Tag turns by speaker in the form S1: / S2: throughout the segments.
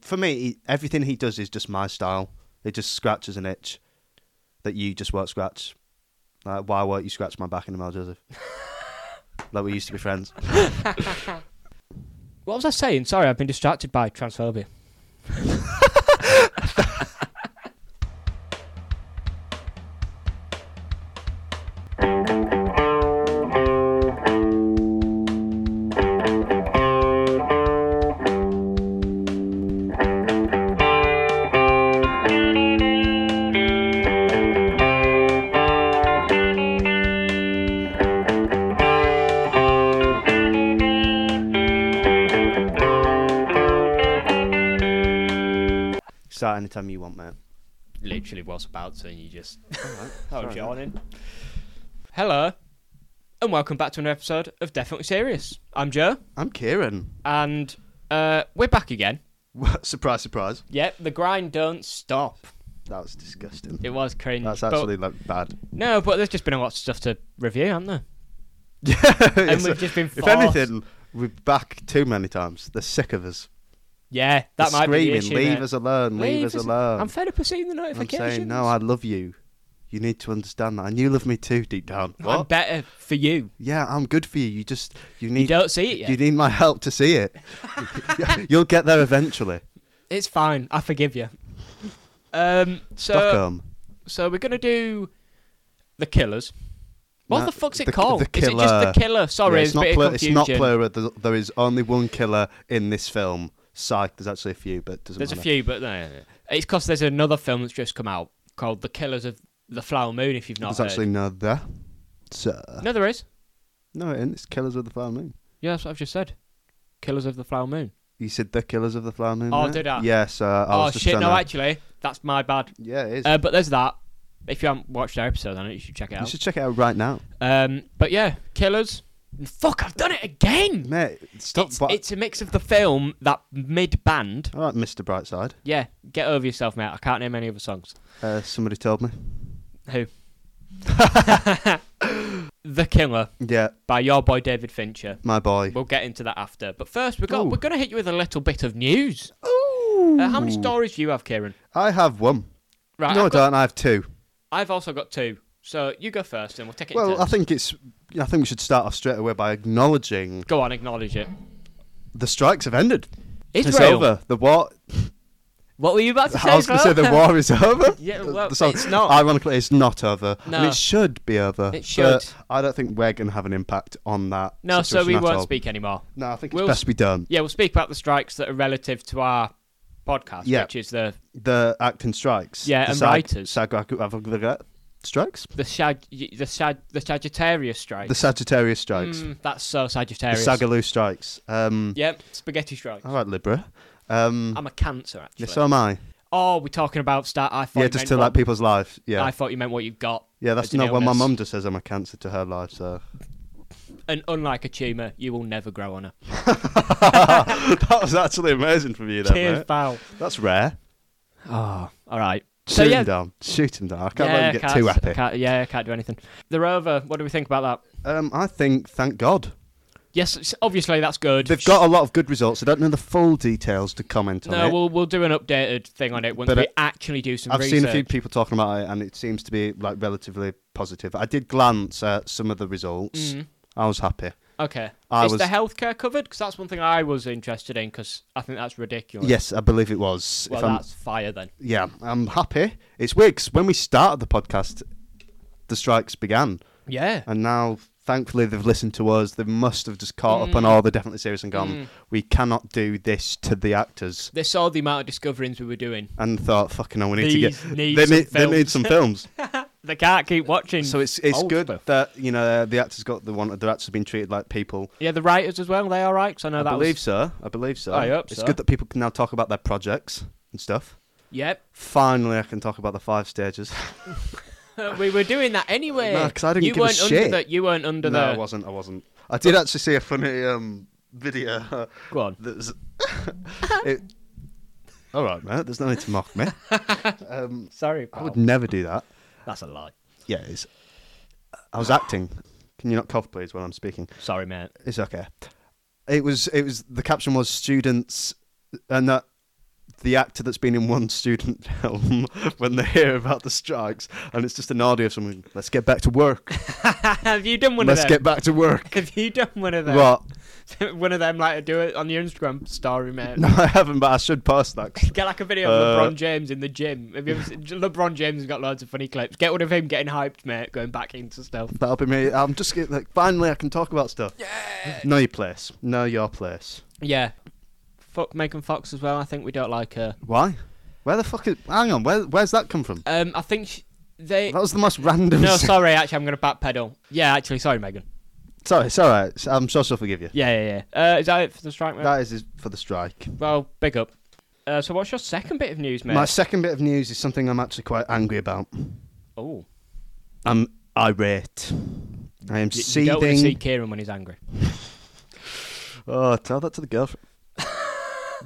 S1: for me, he, everything he does is just my style. It just scratches an itch that you just won't scratch. Like, why won't you scratch my back in the Mel Joseph? like we used to be friends.
S2: What was I saying? Sorry, I've been distracted by transphobia.
S1: Start anytime you want, mate.
S2: Literally was about to, and you just.
S1: Sorry,
S2: Oh,
S1: mate.
S2: yawning. Hello, and welcome back to another episode of Definitely Serious. I'm Joe,
S1: I'm Kieran.
S2: and uh, we're back again.
S1: What? Surprise, surprise.
S2: Yep, the grind don't stop.
S1: That was disgusting.
S2: It was cringe.
S1: That's
S2: but-
S1: actually like bad.
S2: no, but there's just been a lot of stuff to review, hasn't there?
S1: Yeah.
S2: And
S1: it's-
S2: we've just been.
S1: if
S2: forced-
S1: anything, we're back too many times. They're sick of us.
S2: yeah, that
S1: They're
S2: might
S1: screaming,
S2: be the issue.
S1: leave
S2: mate.
S1: us alone, leave, us alone.
S2: I'm fed up of seeing the
S1: I'm
S2: notifications.
S1: saying, no, I love you. You need to understand that, and you love me too, deep down.
S2: I'm better for you.
S1: Yeah, I'm good for you. You just you
S2: You
S1: need
S2: don't see it yet.
S1: you need my help to see it. You'll get there eventually.
S2: It's fine. I forgive you. Um, so
S1: Stockholm.
S2: so we're gonna do the killers. What
S1: No,
S2: the fuck's it
S1: the-
S2: called?
S1: the
S2: Is it just
S1: Killer.
S2: the killer? Sorry,
S1: Yeah,
S2: it's,
S1: it's, not
S2: a bit
S1: plu-
S2: of
S1: it's not
S2: confusion.
S1: plural. There, there is only one killer in this film. Psych. There's actually a few, but it doesn't
S2: There's a
S1: matter.
S2: few, but no, no, no. it's because there's another film that's just come out called The Killers of the Flower Moon. If you've not
S1: There's
S2: heard,
S1: actually no there. So
S2: no, there is.
S1: no, it isn't. It's Killers of the Flower Moon.
S2: Yeah, that's what I've just said. Killers of the Flower Moon.
S1: You said the Killers of the Flower Moon.
S2: Oh,
S1: right?
S2: did I?
S1: Yeah. So I
S2: oh
S1: was just
S2: shit!
S1: trying
S2: No,
S1: to-
S2: actually, that's my bad.
S1: Yeah, it is.
S2: Uh, but there's that. If you haven't watched our episode on it, you should check it
S1: you
S2: out.
S1: should check it out right now,
S2: Um, but yeah, Killers. Fuck! I've done it again.
S1: mate. Stop.
S2: It's,
S1: bo-
S2: it's a mix of the film, that mid band.
S1: All right, Mr. Brightside.
S2: Yeah, get over yourself, mate. I can't name any other songs.
S1: Uh, somebody told me.
S2: Who? the Killer
S1: Yeah,
S2: by your boy David Fincher.
S1: my boy.
S2: We'll get into that after. But first, we've got,
S1: Ooh.
S2: we're going to hit you with a little bit of news. Uh, how many
S1: Ooh.
S2: stories do you have, Kieran?
S1: I have one.
S2: Right,
S1: no, I
S2: I've, got,
S1: don't. I have two.
S2: I've also got two. So you go first and we'll take it in
S1: Well, I
S2: turns.
S1: think it's. I think we should start off straight away by acknowledging
S2: Go on, acknowledge it.
S1: the strikes have ended. It's
S2: Israel.
S1: over. The war.
S2: What were you about to say?
S1: I was going to say the
S2: Israel?
S1: war is over.
S2: Yeah,
S1: Uh,
S2: well,
S1: so
S2: it's not.
S1: Ironically, it's not over.
S2: No.
S1: And it should be over.
S2: It should.
S1: but I don't think we're going to have an impact on that.
S2: No, so
S1: situation
S2: we
S1: at
S2: won't
S1: all.
S2: speak anymore.
S1: No, I think it's
S2: We'll
S1: best we done.
S2: Yeah, we'll speak about the strikes that are relative to our podcast,
S1: Yeah.
S2: which is the
S1: The acting strikes.
S2: Yeah,
S1: the
S2: and
S1: SAG
S2: writers.
S1: SAG strikes.
S2: the Shag, the Shag, the Sagittarius strike.
S1: The Sagittarius strikes.
S2: Mm, that's so
S1: the
S2: Sagittarius.
S1: Sagaloo strikes. Um,
S2: Yep, spaghetti strike.
S1: All right, Libra. Um,
S2: I'm a Cancer actually.
S1: yeah, so am I.
S2: oh, we're talking about start. I thought
S1: Yeah,
S2: you
S1: just
S2: meant
S1: to
S2: what,
S1: like people's lives. Yeah,
S2: I thought you meant what you've got.
S1: yeah.
S2: as
S1: That's
S2: an
S1: not when my
S2: illness.
S1: mum just says I'm a cancer to her life. So
S2: And unlike a tumor, you will never grow on her.
S1: that was actually amazing from you, there,
S2: Cheers,
S1: mate.
S2: pal.
S1: That's rare.
S2: Oh, all right.
S1: Shoot
S2: So,
S1: him
S2: yeah.
S1: down. Shoot him down. I can't
S2: yeah,
S1: let him get too
S2: can't-
S1: happy.
S2: Can't, yeah, I can't do anything. They're over. What do we think about that?
S1: Um, I think, thank God,
S2: Yes, it's- obviously that's good.
S1: they've got a lot of good results. I don't know the full details to comment on
S2: No,
S1: it.
S2: we'll we'll do an updated thing on it once
S1: But
S2: we
S1: I-
S2: actually do some
S1: I've
S2: research.
S1: seen a few people talking about it, and it seems to be like relatively positive. I did glance at some of the results.
S2: Mhm.
S1: I was happy.
S2: Okay.
S1: I
S2: is the
S1: was-
S2: healthcare covered? Because that's one thing I was interested in. Because I think that's ridiculous.
S1: Yes, I believe it was.
S2: Well,
S1: if I'm-
S2: that's fire then.
S1: yeah, I'm happy. It's weird 'cause when we started the podcast, the strikes began,
S2: Yeah.
S1: and now thankfully they've listened to us. They must have just caught up on
S2: Mm.
S1: all the definitely serious and gone.
S2: Mm.
S1: We cannot do this to the actors,
S2: They saw the amount of discoverings we were doing.
S1: and thought, fucking, no, we need
S2: These
S1: to get.
S2: need
S1: they
S2: some
S1: need they need
S2: films."
S1: some films.
S2: They can't keep watching.
S1: so it's it's
S2: old
S1: good
S2: stuff.
S1: that you know the actors got the one. They're actually being treated like people.
S2: yeah, the writers as well. Are they all right? Because I know
S1: I
S2: that
S1: believe
S2: was.
S1: so. I believe so.
S2: I hope
S1: it's
S2: so.
S1: good that people can now talk about their projects and stuff.
S2: Yep.
S1: Finally, I can talk about the five stages.
S2: we were doing that anyway.
S1: No, 'cause I didn't
S2: you
S1: give a
S2: weren't under
S1: shit.
S2: the. You weren't under
S1: no, I
S2: the.
S1: wasn't. I wasn't. I did actually see a funny um, video.
S2: Go on.
S1: that was, it, all right, mate. There's no need to mock me. Um,
S2: Sorry,
S1: I would never do that.
S2: That's a lie.
S1: Yeah, it is. I was acting. Can you not cough, please, when I'm speaking?
S2: Sorry, man.
S1: It's okay. It was. It was. The caption was students, and that uh, the actor that's been in one student film when they hear about the strikes, and it's just an audio of someone. Let's get back to work.
S2: Have you done one
S1: Let's
S2: of them?
S1: get back to work.
S2: Have you done one of them?
S1: What?
S2: one of them, like, do it on your Instagram story, mate.
S1: No, I haven't, but I should post that. 'cause
S2: Get like a video
S1: Uh,
S2: of LeBron James in the gym. Have you ever seen, LeBron James has got loads of funny clips. Get one of him getting hyped, mate, going back into stuff.
S1: That'll be me. I'm just get- like, finally, I can talk about stuff.
S2: Yeah.
S1: Know your place. Know your place.
S2: Yeah. Fuck Megan Fox as well. I think we don't like her.
S1: Why? Where the fuck is? Hang on. Where? Where's that come from?
S2: Um, I think sh they.
S1: That was the most random.
S2: No,
S1: s-
S2: sorry. Actually, I'm going to backpedal. Yeah, actually, sorry, Megan.
S1: sorry, it's all right. I'm sure she'll forgive you.
S2: Yeah, yeah, yeah. Uh, is that it for the strike, mate?
S1: That is is for the strike.
S2: Well, big up. Uh, so, what's your second bit of news, mate?
S1: My second bit of news is something I'm actually quite angry about.
S2: oh,
S1: I'm irate. I am
S2: you, you don't want to
S1: seething.
S2: see Kieran when he's angry.
S1: Oh, tell that to the girlfriend.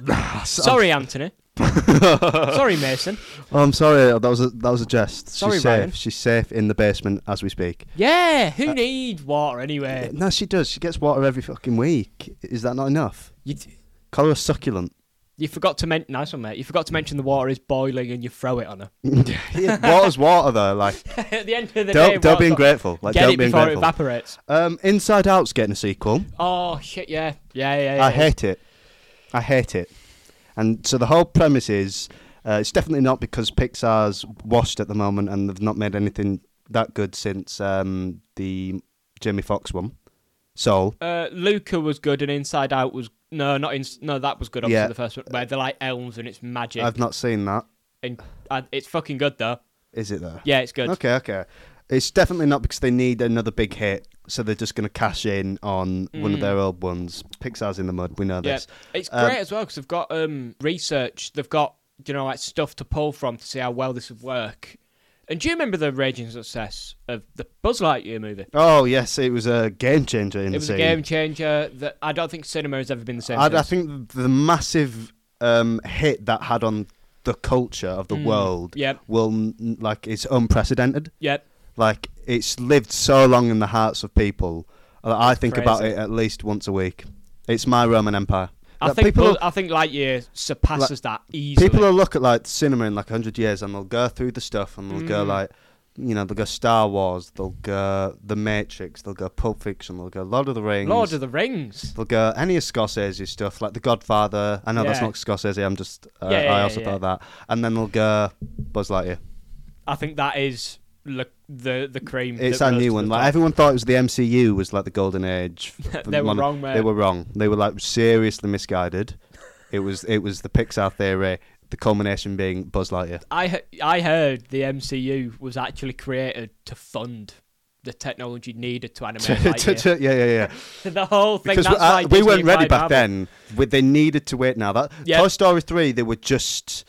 S1: Ah, so-
S2: Sorry, Anthony. sorry, Mason.
S1: Oh, I'm sorry. That was a that was a jest.
S2: Sorry,
S1: She's
S2: Ryan.
S1: safe. She's safe in the basement as we speak.
S2: Yeah,
S1: Uh,
S2: who needs water anyway?
S1: No, she does. She gets water every fucking week. Is that not enough?
S2: You,
S1: Call her a succulent.
S2: you forgot to mention. Nice one, mate. You forgot to mention the water is boiling and you throw it on her.
S1: yeah, water's water though. Like
S2: At the end of the day,
S1: don't don't be
S2: water's got-
S1: ungrateful. Like
S2: Get
S1: don't
S2: it
S1: be
S2: before it
S1: ungrateful.
S2: evaporates.
S1: um, Inside Out's getting a sequel.
S2: Oh shit! Yeah, yeah, yeah. yeah
S1: I hate it. I hate it. And so the whole premise is uh, it's definitely not because Pixar's washed at the moment and they've not made anything that good since um, the Jamie Foxx one. Soul.
S2: Uh, Luca was good, and Inside Out was no, not in. No, that was good. Obviously,
S1: Yeah.
S2: the first one where they're like elms and it's magic,
S1: I've not seen that.
S2: and uh, it's fucking good though.
S1: Is it though?
S2: Yeah, it's good.
S1: Okay, okay. It's definitely not because they need another big hit, so they're just going to cash in on one of
S2: Mm.
S1: their old ones. Pixar's in the mud. We know
S2: Yeah,
S1: this.
S2: it's great
S1: Um,
S2: as well because they've got um, research. They've got you know like stuff to pull from to see how well this would work. And do you remember the raging success of the Buzz Lightyear movie?
S1: Oh yes, it was a game changer in
S2: It
S1: the
S2: was
S1: scene.
S2: a game changer that I don't think cinema has ever been the same.
S1: I, I
S2: since.
S1: think the massive um, hit that had on the culture of the
S2: Mm.
S1: world
S2: Yep,
S1: will n- like it's unprecedented.
S2: yep.
S1: Like it's lived so long in the hearts of people. that I think about
S2: Crazy.
S1: it at least once a week. It's my Roman Empire.
S2: I
S1: Like,
S2: think
S1: people,
S2: Buzz, I think Lightyear surpasses that easily.
S1: people will look at like cinema in like hundred years, and they'll go through the stuff, and they'll go
S2: Mm.
S1: like, you know, they'll go Star Wars, they'll go The Matrix, they'll go Pulp Fiction, they'll go Lord of the Rings,
S2: Lord of the Rings.
S1: They'll go any of Scorsese's stuff, like The Godfather. I know that's
S2: Yeah.
S1: not Scorsese. I'm just. Uh,
S2: Yeah, yeah,
S1: I also
S2: yeah,
S1: thought that. And then they'll go Buzz Lightyear.
S2: I think that is le- the the cream.
S1: It's
S2: that
S1: our
S2: rose to
S1: new
S2: the
S1: one. Like
S2: top.
S1: everyone thought it was the MCU was like the golden age. f-
S2: they were
S1: one-
S2: wrong, mate.
S1: They were wrong. They were like seriously misguided. it was it was the Pixar theory. The culmination being Buzz Lightyear.
S2: I he- I heard the MCU was actually created to fund the technology needed to animate Lightyear.
S1: yeah, yeah, yeah.
S2: the whole thing.
S1: Because we,
S2: that's why
S1: uh, we
S2: Disney
S1: weren't ready
S2: buy
S1: back
S2: Marvel.
S1: then. We, they needed to wait now. That
S2: Yeah.
S1: Toy Story 3, they were just.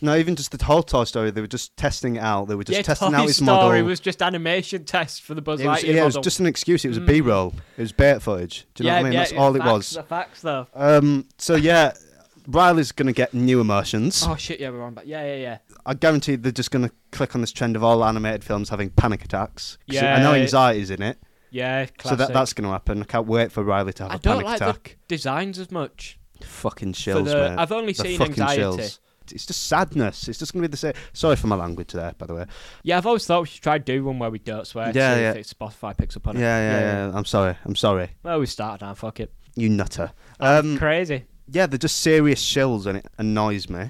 S1: No, even just the whole Toy Story, they were just testing it out. They were just
S2: yeah,
S1: testing
S2: Toy
S1: out its
S2: Story
S1: model.
S2: was just animation test for the Buzz
S1: It was,
S2: Lightyear
S1: yeah, it was
S2: model.
S1: just an excuse. It was a
S2: Mm.
S1: B roll. It was bait footage. Do you know
S2: yeah,
S1: what I mean?
S2: yeah,
S1: That's all it
S2: facts,
S1: was.
S2: The facts, though.
S1: Um, so yeah, Riley's gonna get new emotions.
S2: Oh shit! Yeah, we're on back. Yeah, yeah, yeah.
S1: I guarantee they're just gonna click on this trend of all animated films having panic attacks. 'Cause I know
S2: Yeah.
S1: anxiety's in it,
S2: Yeah,
S1: so
S2: classic.
S1: that, that's gonna happen. I can't wait for Riley to have
S2: I
S1: a
S2: don't
S1: panic
S2: like
S1: attack.
S2: the designs as much.
S1: Fucking
S2: for
S1: chills,
S2: the,
S1: mate.
S2: I've only
S1: The
S2: seen
S1: fucking
S2: anxiety.
S1: chills. It's just sadness. It's just gonna be the same. Sorry for my language there, by the way.
S2: Yeah, I've always thought we should try to do one where we don't swear.
S1: Yeah,
S2: see
S1: yeah.
S2: If it's Spotify picks up on
S1: Yeah,
S2: it.
S1: yeah, yeah, I'm sorry. I'm sorry.
S2: Well, we started now. Fuck it.
S1: You nutter. Um,
S2: Crazy.
S1: yeah, they're just serious shills, and it annoys me.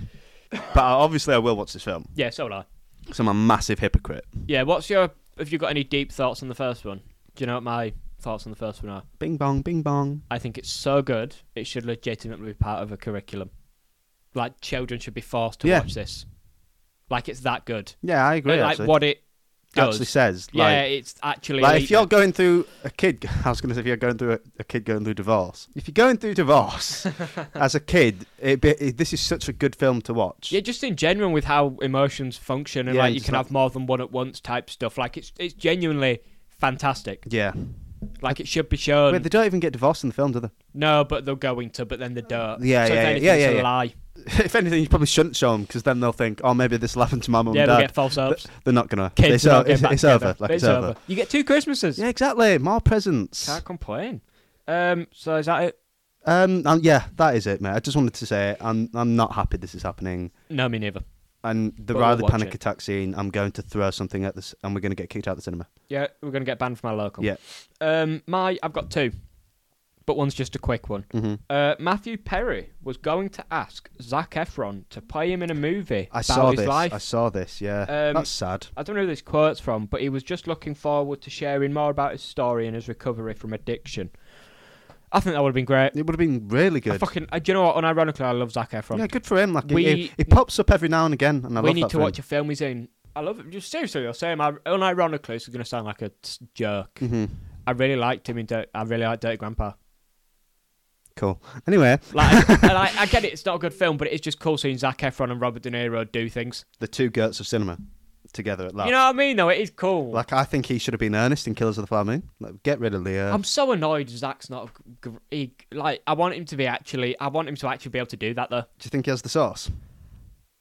S1: but I, obviously, I will watch this film.
S2: Yeah, so will I.
S1: So I'm a massive hypocrite.
S2: Yeah, what's your? Have you got any deep thoughts on the first one? Do you know what my thoughts on the first one are?
S1: Bing bong, bing bong.
S2: I think it's so good. It should legitimately be part of a curriculum. Like children should be forced to
S1: Yeah.
S2: watch this. Like it's that good.
S1: Yeah, I agree.
S2: like
S1: actually.
S2: what it does.
S1: actually says.
S2: yeah,
S1: Like,
S2: it's actually.
S1: like if
S2: elite.
S1: you're going through a kid, I was going to say if you're going through a, a kid going through divorce. If you're going through divorce as a kid, it, be, it- this is such a good film to watch.
S2: Yeah, just in general with how emotions function and
S1: Yeah,
S2: like you
S1: just
S2: can
S1: like-
S2: have more than one at once type stuff. Like it's it's genuinely fantastic.
S1: Yeah.
S2: Like it should be shown.
S1: Wait, they don't even get divorced in the film, do they?
S2: no, but they're going to, but then they don't.
S1: Yeah, yeah,
S2: so if
S1: yeah,
S2: anything,
S1: yeah,
S2: it's
S1: yeah,
S2: a
S1: yeah.
S2: lie.
S1: if anything, you probably shouldn't show them because then they'll think, oh, maybe this will happen to my mum
S2: Yeah,
S1: and
S2: they'll
S1: dad.
S2: get false hopes.
S1: They're not gonna.
S2: Kids
S1: it's
S2: will
S1: o-
S2: not get
S1: it's,
S2: back
S1: it's
S2: together.
S1: over. Like
S2: It's over.
S1: over.
S2: You get two Christmases.
S1: Yeah, exactly. More presents.
S2: Can't complain. Um, so is that it?
S1: Um, um, yeah, that is it, mate. I just wanted to say I'm I'm not happy this is happening,
S2: No, me neither.
S1: and the
S2: But we'll
S1: Riley
S2: watch
S1: panic
S2: it.
S1: attack scene. I'm going to throw something at this, and we're going to get kicked out of the cinema.
S2: Yeah, we're gonna get banned from our local.
S1: Yeah.
S2: Um, my I've got two, but one's just a quick one.
S1: hmm
S2: Uh, Matthew Perry was going to ask Zach Efron to play him in a movie
S1: I
S2: about
S1: saw
S2: his
S1: this.
S2: life.
S1: I saw this. Yeah,
S2: Um,
S1: that's sad.
S2: I don't know who this quote's from, but he was just looking forward to sharing more about his story and his recovery from addiction. I think that would have been great.
S1: It would have been really
S2: I
S1: good.
S2: fucking, uh, do you know what? Unironically, I love Zac Efron.
S1: Yeah, good for him. Like
S2: We-
S1: he, he- he pops up every now and again, and I
S2: we
S1: love
S2: need
S1: that
S2: to
S1: for
S2: watch
S1: him.
S2: a film he's in. I love it. Just seriously, I'll say him. I, unironically, this is going to sound like a s- jerk.
S1: Mhm.
S2: I really liked him in. Dirt, I really liked Dirty Grandpa.
S1: Cool. Anyway,
S2: Like, I, and I, I get it. It's not a good film, but it's just cool seeing Zac Efron and Robert De Niro do things.
S1: the two goats of cinema together at last.
S2: You know what I mean? Though it is cool.
S1: like I think he should have been earnest in Killers of the Flower Moon. Like, get rid of Leo.
S2: I'm so annoyed Zach's not a gr- he, like I want him to be actually I want him to actually be able to do that though.
S1: Do you think he has the sauce?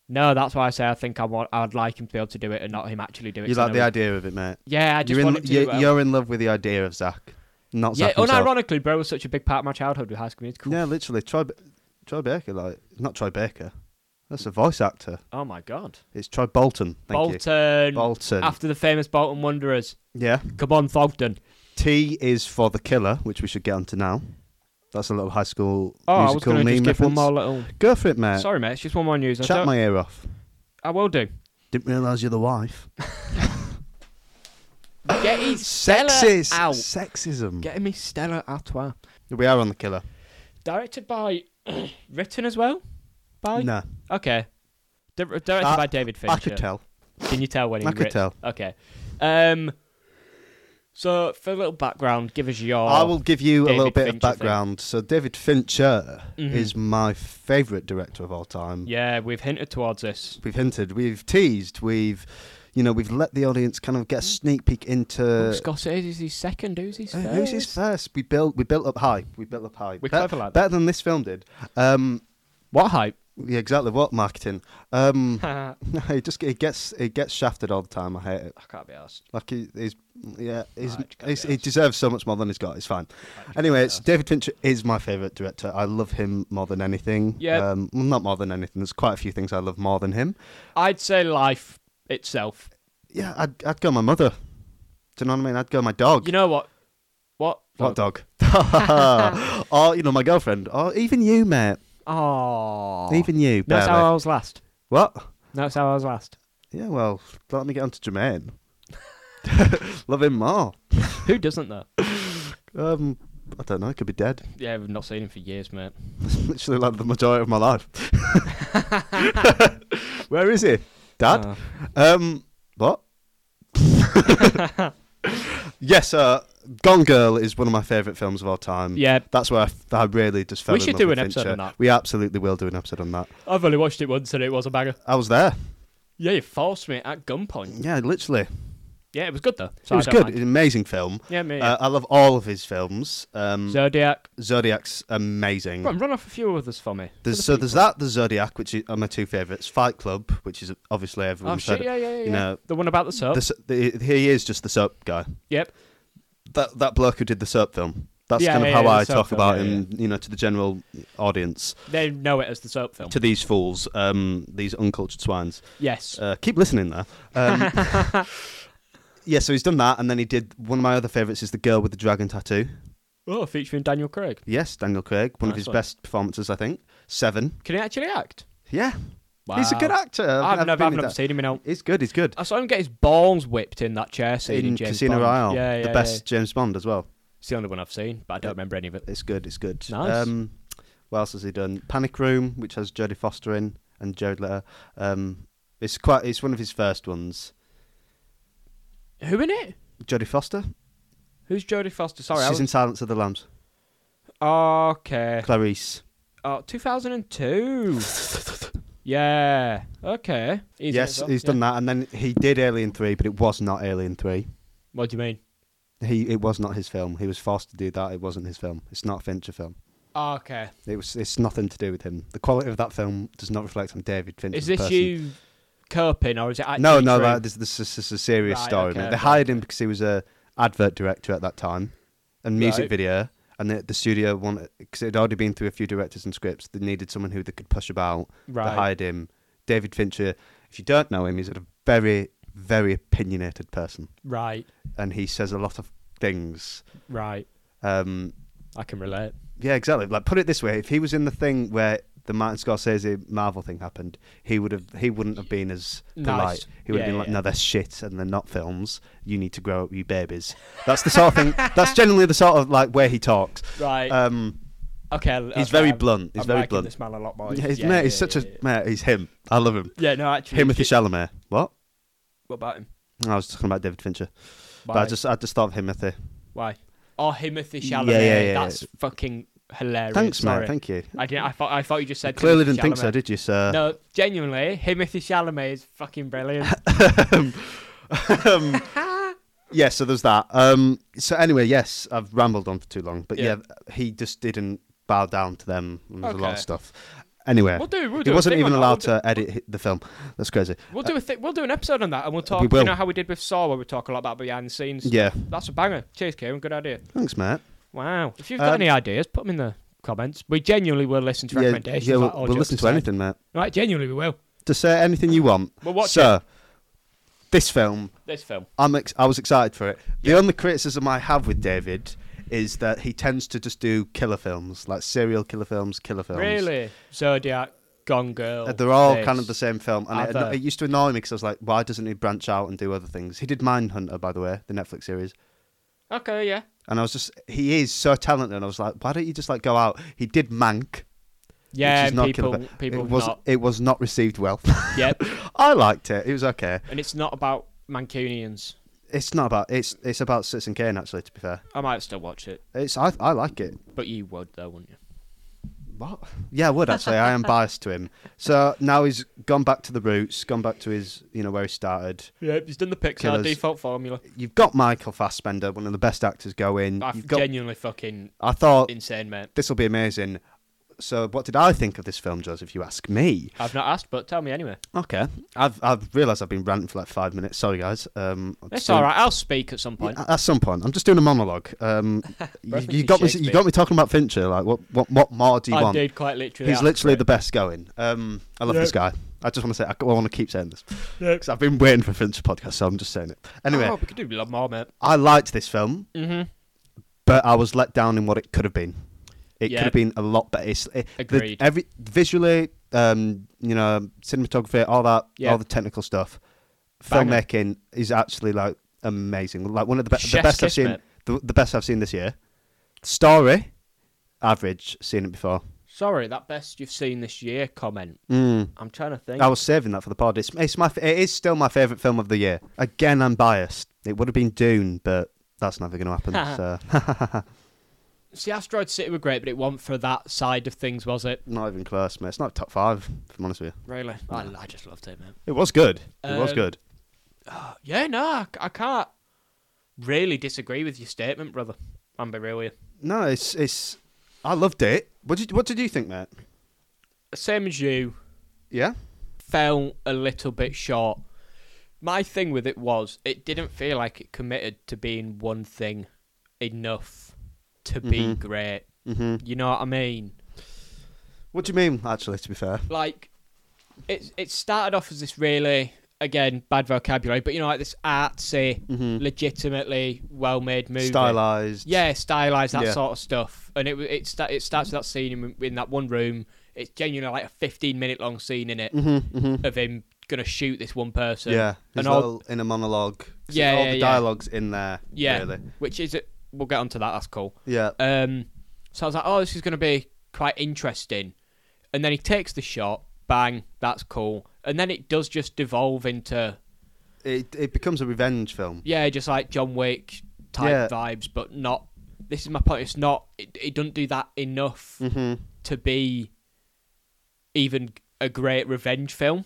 S2: No, that's why I say I think I want I'd like him to be able to do it and not him actually do it.
S1: You
S2: so
S1: like
S2: no
S1: the
S2: one-
S1: idea of it, mate?
S2: Yeah, I just
S1: you're in,
S2: want him to
S1: you're,
S2: do it.
S1: you're in love with the idea of Zach, not
S2: yeah, oh,
S1: Zach himself.
S2: unironically, Bro was such a big part of my childhood with High School Musical.
S1: Yeah, literally. Troy, B- Troy Baker, like not Troy Baker. That's a voice actor.
S2: Oh my god.
S1: It's Troy Bolton. Thank
S2: Bolton, Ah.
S1: you. Bolton.
S2: after the famous Bolton Wanderers.
S1: yeah.
S2: Come on, Thogden.
S1: T is for the killer, which we should get onto now. That's a little high school
S2: Oh, I was
S1: musical
S2: going to
S1: meme
S2: just give one
S1: reference.
S2: more little.
S1: Go for it, mate.
S2: Sorry, mate. It's just one more news. I,
S1: Chat
S2: don't-
S1: my ear off.
S2: I will do.
S1: Didn't realise you're the wife.
S2: Get his Stella
S1: Sexist.
S2: out.
S1: Sexism.
S2: Getting me Stella Artois.
S1: we are on the killer.
S2: Directed by, written as well, by
S1: no, Ah,
S2: Okay. Di- directed
S1: I-
S2: by David Fincher.
S1: I could tell.
S2: Can you tell when he
S1: I could
S2: writ-
S1: tell.
S2: Okay. Um. So for a little background, give us your.
S1: I will give you a
S2: Oh, David
S1: little bit
S2: Fincher
S1: of
S2: thing.
S1: background. So David Fincher
S2: Mhm.
S1: is my favourite director of all time.
S2: Yeah, we've hinted towards this.
S1: We've hinted, we've teased, we've, you know, we've let the audience kind of get a sneak peek into
S2: Scorsese is his second. Who's his
S1: Uh,
S2: first?
S1: who's his first. We built, we built up hype. We built up hype. Be-
S2: We're clever like that.
S1: better than this film did. Um,
S2: What hype?
S1: yeah, exactly. What marketing? Um,
S2: I
S1: it just it gets it gets shafted all the time. I hate it.
S2: can't be asked.
S1: Like he, he's yeah, he's,
S2: Ah, it can't
S1: he's,
S2: be
S1: he
S2: asked.
S1: deserves so much more than he's got. It's fine. Anyway, it's David Fincher is my favorite director. I love him more than anything.
S2: Yeah.
S1: Um, well, not more than anything. There's quite a few things I love more than him.
S2: I'd say life itself.
S1: Yeah, I'd, I'd go my mother. Do you know what I mean? I'd go my dog.
S2: You Oh. know what? What?
S1: what dog? or you know my girlfriend. Or even you, mate.
S2: Oh.
S1: Even you.
S2: That's how
S1: barely.
S2: I was last.
S1: What?
S2: That's how I was last.
S1: Yeah. Well, let me get on to Jermaine. love him more.
S2: Who doesn't though?
S1: Um, I don't know. It could be dead.
S2: Yeah, we've not seen him for years, mate.
S1: literally like the majority of my life. Where is he, Dad?
S2: Uh,
S1: Um, what? yes, uh, Gone Girl is one of my favourite films of all time.
S2: yeah,
S1: That's where I, f- I really just fell
S2: We
S1: in
S2: should
S1: love
S2: do
S1: with
S2: an episode
S1: Fincher.
S2: on that.
S1: We absolutely will do an episode on that.
S2: I've only watched it once and it was a banger.
S1: I was there.
S2: Yeah, you forced me at gunpoint.
S1: Yeah, literally.
S2: Yeah, it was good though.
S1: it
S2: So
S1: was
S2: I don't
S1: good. It's
S2: mind.
S1: an amazing film.
S2: Yeah, me.
S1: Uh, I love all of his films. Um,
S2: Zodiac.
S1: Zodiac's amazing.
S2: Go on, run off a few others for me.
S1: Mm. There's,
S2: For
S1: so
S2: the
S1: there's
S2: people.
S1: that, the Zodiac, which is- are my two favourites. Fight Club, which is obviously
S2: Oh
S1: everyone's
S2: shit!
S1: heard.
S2: Yeah, Oh. yeah, yeah.
S1: you
S2: yeah.
S1: know,
S2: the one about the soap.
S1: The, s- the, he is just the soap guy.
S2: Yep.
S1: That that bloke who did the soap film. That's
S2: Yeah,
S1: kind of
S2: yeah,
S1: how
S2: yeah, the
S1: I
S2: soap
S1: talk
S2: film,
S1: about
S2: yeah,
S1: him, you know, to the general audience,
S2: They know it as the soap film.
S1: to these fools, um, these uncultured swines.
S2: yes.
S1: Uh, keep listening there. Um, yeah, so he's done that, and then he did one of my other favourites is the girl with the dragon tattoo.
S2: oh, featuring Daniel Craig.
S1: Yes, Daniel Craig, one of
S2: Nice
S1: his
S2: one.
S1: best performances, I think. Seven.
S2: Can he actually act?
S1: Yeah, he's a good
S2: Wow.
S1: actor.
S2: I've, never,
S1: been
S2: I've
S1: in
S2: never
S1: that.
S2: seen him in. a-
S1: He's good. He's good.
S2: I saw him get his balls whipped in that chair scene in,
S1: In
S2: James
S1: Casino
S2: Bond.
S1: Royale,
S2: Yeah, yeah.
S1: the best James Bond as well.
S2: yeah. It's the only one I've seen, but I don't remember any of it.
S1: It's good. It's good.
S2: Nice.
S1: Um, what else has he done? Panic Room, which has Jodie Foster in and Jared Leto. Um, it's quite. It's one of his first ones.
S2: Who in it?
S1: Jodie Foster.
S2: Who's Jodie Foster? Sorry,
S1: She's
S2: I was...
S1: in Silence of the Lambs.
S2: Okay.
S1: Clarice.
S2: Oh, 2002. yeah. Okay. He's in it
S1: yes,
S2: as well,
S1: he's
S2: yeah.
S1: done that, and then he did Alien Three, but it was not Alien Three.
S2: What do you mean?
S1: He it was not his film. He was forced to do that. It wasn't his film. It's not a Fincher film.
S2: Ah, okay.
S1: It was. It's nothing to do with him. The quality of that film does not reflect on David Fincher.
S2: Is this
S1: person.
S2: you coping or is it actually
S1: No, no,
S2: true?
S1: that, this, this, this is a serious
S2: Right,
S1: story.
S2: okay,
S1: mate.
S2: okay,
S1: They hired him
S2: okay.
S1: because he was a advert director at that time and music
S2: Right.
S1: video and the, the studio wanted because it had already been through a few directors and scripts. They needed someone who they could push about. They
S2: Right.
S1: hired him, David Fincher. If you don't know him, he's a very, very opinionated person,
S2: Right.
S1: and he says a lot of things.
S2: Right.
S1: Um,
S2: I can relate.
S1: yeah, exactly. Like put it this way: if he was in the thing where the Martin Scorsese Marvel thing happened, he would have he wouldn't have been as
S2: Nice.
S1: polite. He would
S2: Yeah,
S1: have been like,
S2: yeah.
S1: "No, they're shit, and they're not films. You need to grow up, you babies." That's the sort of thing. That's generally the sort of like where he talks.
S2: Right.
S1: Um,
S2: okay. l-
S1: he's
S2: okay,
S1: very
S2: I'm-
S1: blunt. He's
S2: I'm
S1: very
S2: liking
S1: blunt.
S2: This man a lot more.
S1: Yeah, he's,
S2: Yeah,
S1: mate,
S2: yeah,
S1: he's such
S2: yeah,
S1: a
S2: yeah.
S1: mate. He's him. I love him.
S2: Yeah. No, actually.
S1: Timothy
S2: shit.
S1: Chalamet. What?
S2: What about him?
S1: I was talking about David Fincher, but
S2: Why?
S1: I just I just thought of Himothy.
S2: Why? Oh, Himothy
S1: Yeah,
S2: Chalamet.
S1: yeah, yeah,
S2: That's fucking hilarious.
S1: Thanks,
S2: Sorry.
S1: mate. Thank you.
S2: I didn't. I thought. I thought you just said.
S1: Clearly
S2: Timothée
S1: didn't think so,
S2: Chalamet.
S1: did you, sir?
S2: No, genuinely, Himothy Chalamet is fucking brilliant.
S1: Um, Yeah, so there's that. Um, so anyway, yes, I've rambled on for too long, but yeah,
S2: Yeah.
S1: he just didn't bow down to them. And there's a lot of
S2: Okay.
S1: stuff. Anyway,
S2: We'll do- we'll
S1: he
S2: do a
S1: wasn't
S2: thing
S1: even
S2: on that.
S1: allowed
S2: We'll
S1: to edit hi- the film. That's crazy.
S2: We'll do a th- we'll do an episode on that, and we'll talk.
S1: will.
S2: You know how we did with Saw, where we talk a lot about behind the scenes.
S1: Yeah,
S2: That's a banger. Cheers, Kieran. Good idea.
S1: thanks, Matt.
S2: Wow. If you've got
S1: Um,
S2: any ideas, put them in the comments. We genuinely will listen to
S1: Yeah,
S2: recommendations.
S1: yeah,
S2: like oh,
S1: we'll,
S2: all
S1: we'll
S2: jokes
S1: listen to
S2: aside.
S1: anything, Matt.
S2: Right, genuinely we will.
S1: To say anything you want.
S2: We'll watch
S1: so, this film,
S2: This film.
S1: I'm ex- I was excited for it. The only criticism I have with David is that he tends to just do killer films, like serial killer films, killer films.
S2: Really? Zodiac, Gone Girl.
S1: Uh, They're all
S2: this.
S1: kind of the same film, and
S2: Other.
S1: it, it used to annoy me because I was like, "Why doesn't he branch out and do other things?" He did Mindhunter, by the way, the Netflix series,
S2: Okay, yeah.
S1: and I was just, he is so talented. And I was like, "Why don't you just like go out?" He did Mank,
S2: Yeah,
S1: which is
S2: and
S1: not
S2: people,
S1: killer. Bill.
S2: people
S1: it was
S2: not.
S1: it was not received well.
S2: yep.
S1: I liked it; it was okay.
S2: And it's not about Mancunians. It's
S1: It's not about it's it's about Citizen Kane actually. To be fair,
S2: I might still watch it,
S1: it's I I like it.
S2: but you would though, wouldn't you?
S1: What? Yeah, I would actually. I am biased to him. So now he's gone back to the roots, gone back to his you know where he started.
S2: Yep, he's done the Pixar
S1: Killers.
S2: default formula.
S1: You've got Michael Fassbender, one of the best actors going.
S2: I
S1: You've got
S2: genuinely fucking
S1: I thought
S2: insane, mate.
S1: this will be amazing. So, what did I think of this film, Joseph? If you ask me,
S2: I've not asked, but tell me anyway.
S1: okay, I've I've realised I've been ranting for like five minutes. Sorry, guys. Um, I'm
S2: It's
S1: just doing-
S2: all right. I'll speak at some point.
S1: Yeah, At some point, I'm just doing a monologue. Um, you,
S2: Reference
S1: you
S2: to
S1: got me. You
S2: Shakespeare.
S1: got me talking about Fincher. Like, what what what more do you
S2: I
S1: want?
S2: did quite literally.
S1: He's literally the best going. Um, I love
S2: Yeah.
S1: this guy. I just want to say, I, want to keep saying this
S2: Yeah.
S1: because I've been waiting for Fincher podcast, so I'm just saying it. Anyway,
S2: Oh, we could do a lot more, mate.
S1: I liked this film,
S2: Mm-hmm.
S1: but I was let down in what it could have been. It
S2: Yeah.
S1: could have been a lot better. It's, it, the-
S2: Agreed.
S1: every visually, um, you know, cinematography, all that,
S2: Yeah.
S1: all the technical stuff,
S2: Banger.
S1: filmmaking is actually like amazing. Like one of the, be- the
S2: Chef's
S1: best I've
S2: kiss,
S1: seen.
S2: mate.
S1: The, the best I've seen this year. Story, average. Seen it before.
S2: Sorry, that best you've seen this year comment.
S1: Mm.
S2: I'm trying to think.
S1: I was saving that for the pod. It's, it's my. It is still my favorite film of the year. Again, I'm biased. It would have been Dune, but that's never going to happen. so
S2: See, Asteroid City were great, but it wasn't for that side of things, was it?
S1: not even close, mate. It's not top five. If I'm honest with you,
S2: Really? I, I just loved it, man.
S1: it was good. It was
S2: Um,
S1: good.
S2: Yeah, no, I, I can't really disagree with your statement, brother. I'm be real with you.
S1: No, it's it's. I loved it. What did what did you think, mate?
S2: Same as you.
S1: Yeah.
S2: fell a little bit short. My thing with it was it didn't feel like it committed to being one thing enough to be
S1: Mhm.
S2: great.
S1: Mm-hmm.
S2: You know what I mean?
S1: What do you mean? Actually, to be fair,
S2: Like it it started off as this really again bad vocabulary, but you know like this artsy,
S1: Mhm.
S2: legitimately well-made movie.
S1: stylized.
S2: Yeah, stylized that
S1: Yeah.
S2: sort of stuff. And it it, sta- it starts with that scene in, in that one room. It's genuinely like a 15 minute long scene in it
S1: Mm-hmm, mm-hmm.
S2: of him going to shoot this one person.
S1: yeah. His
S2: and all-
S1: little inner monologue.
S2: Yeah,
S1: All
S2: yeah,
S1: the
S2: yeah.
S1: dialogues in there.
S2: Yeah,
S1: Really.
S2: which is it. We'll get onto that. That's cool.
S1: Yeah.
S2: Um, so I was like, oh, this is going to be quite interesting. And then he takes the shot. Bang, that's cool. And then it does just devolve into
S1: It it becomes a revenge film.
S2: yeah, just like John Wick type
S1: Yeah.
S2: vibes, but not. This is my point. It's not. It, it doesn't do that enough
S1: Mm-hmm.
S2: to be even a great revenge film.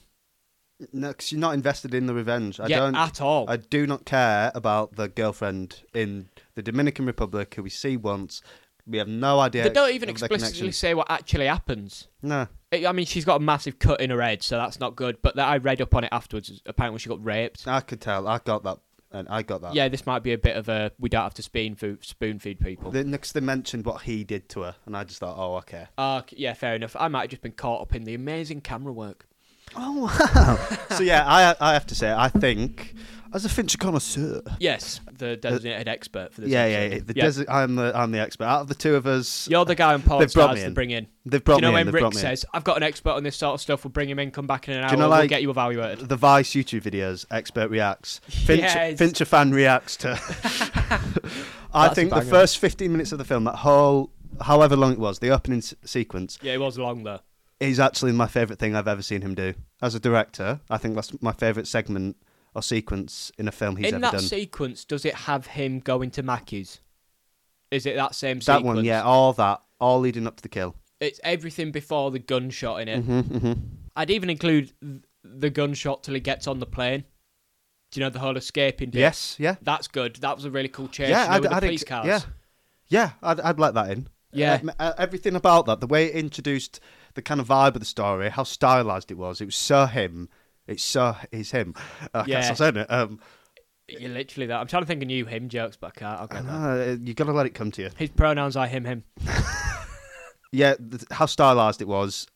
S1: No, because you're not invested in the revenge. I
S2: yeah,
S1: don't.
S2: at all.
S1: I do not care about the girlfriend in the Dominican Republic who we see once. We have no idea.
S2: they don't even
S1: of their
S2: explicitly
S1: connection.
S2: say what actually happens.
S1: No.
S2: It- I mean, she's got a massive cut in her head, so that's not good. But that I read up on it afterwards. Apparently, she got raped.
S1: I could tell. I got that and I got that.
S2: Yeah, this might be a bit of a we don't have to spoon food, spoon feed people.
S1: The next they mentioned what he did to her, and I just thought, oh, okay.
S2: Ah, c- yeah, fair enough. I might have just been caught up in the amazing camera work.
S1: Oh wow! so yeah, I I have to say, I think as a Fincher connoisseur,
S2: Yes, the designated expert for this.
S1: yeah, yeah,
S2: episode.
S1: yeah, the Desert, I'm the I'm the expert out of the two of us.
S2: You're the guy on Paul
S1: They've brought
S2: Stars
S1: me
S2: to
S1: in.
S2: bring in.
S1: They've
S2: Do
S1: brought
S2: you know
S1: me in.
S2: when
S1: They've
S2: Rick
S1: brought me in.
S2: says, "I've got an expert on this sort of stuff. We'll bring him in. Come back in an hour.
S1: you know,
S2: we'll
S1: like-
S2: get you evaluated."
S1: the Vice YouTube videos, expert reacts. Fincher,
S2: Yes.
S1: Fincher fan reacts to. I
S2: That's a
S1: think the
S2: banger.
S1: first 15 minutes of the film, that whole, however long it was, the opening s- sequence
S2: Yeah, it was long though.
S1: is actually my favourite thing I've ever seen him do. As a director, I think that's my favourite segment or sequence in a film he's
S2: in
S1: ever
S2: that
S1: done.
S2: sequence, does it have him going to Mackey's? Is it that same
S1: that
S2: sequence?
S1: one, yeah, all that, all leading up to the kill.
S2: It's everything before the gunshot in it.
S1: hmm hmm
S2: I'd even include th- the gunshot till he gets on the plane. Do you know the whole escaping? bit?
S1: Yes, yeah.
S2: That's good. That was a really cool chase.
S1: Yeah,
S2: you know,
S1: I'd-
S2: with the
S1: I'd
S2: police
S1: ex-
S2: cars.
S1: yeah. Yeah, I'd, I'd let that in.
S2: Yeah.
S1: Uh, uh, everything about that, the way it introduced the kind of vibe of the story, how stylized it was. It was so him. It's so he's him. Uh, I
S2: Yeah.
S1: can't stop saying it. Um,
S2: You're literally that. I'm trying to think of new him jokes, but I can't. I'll
S1: I
S2: get
S1: know,
S2: that.
S1: uh, you got to let it come to you.
S2: His pronouns are him, him.
S1: Yeah, th- how stylized it was.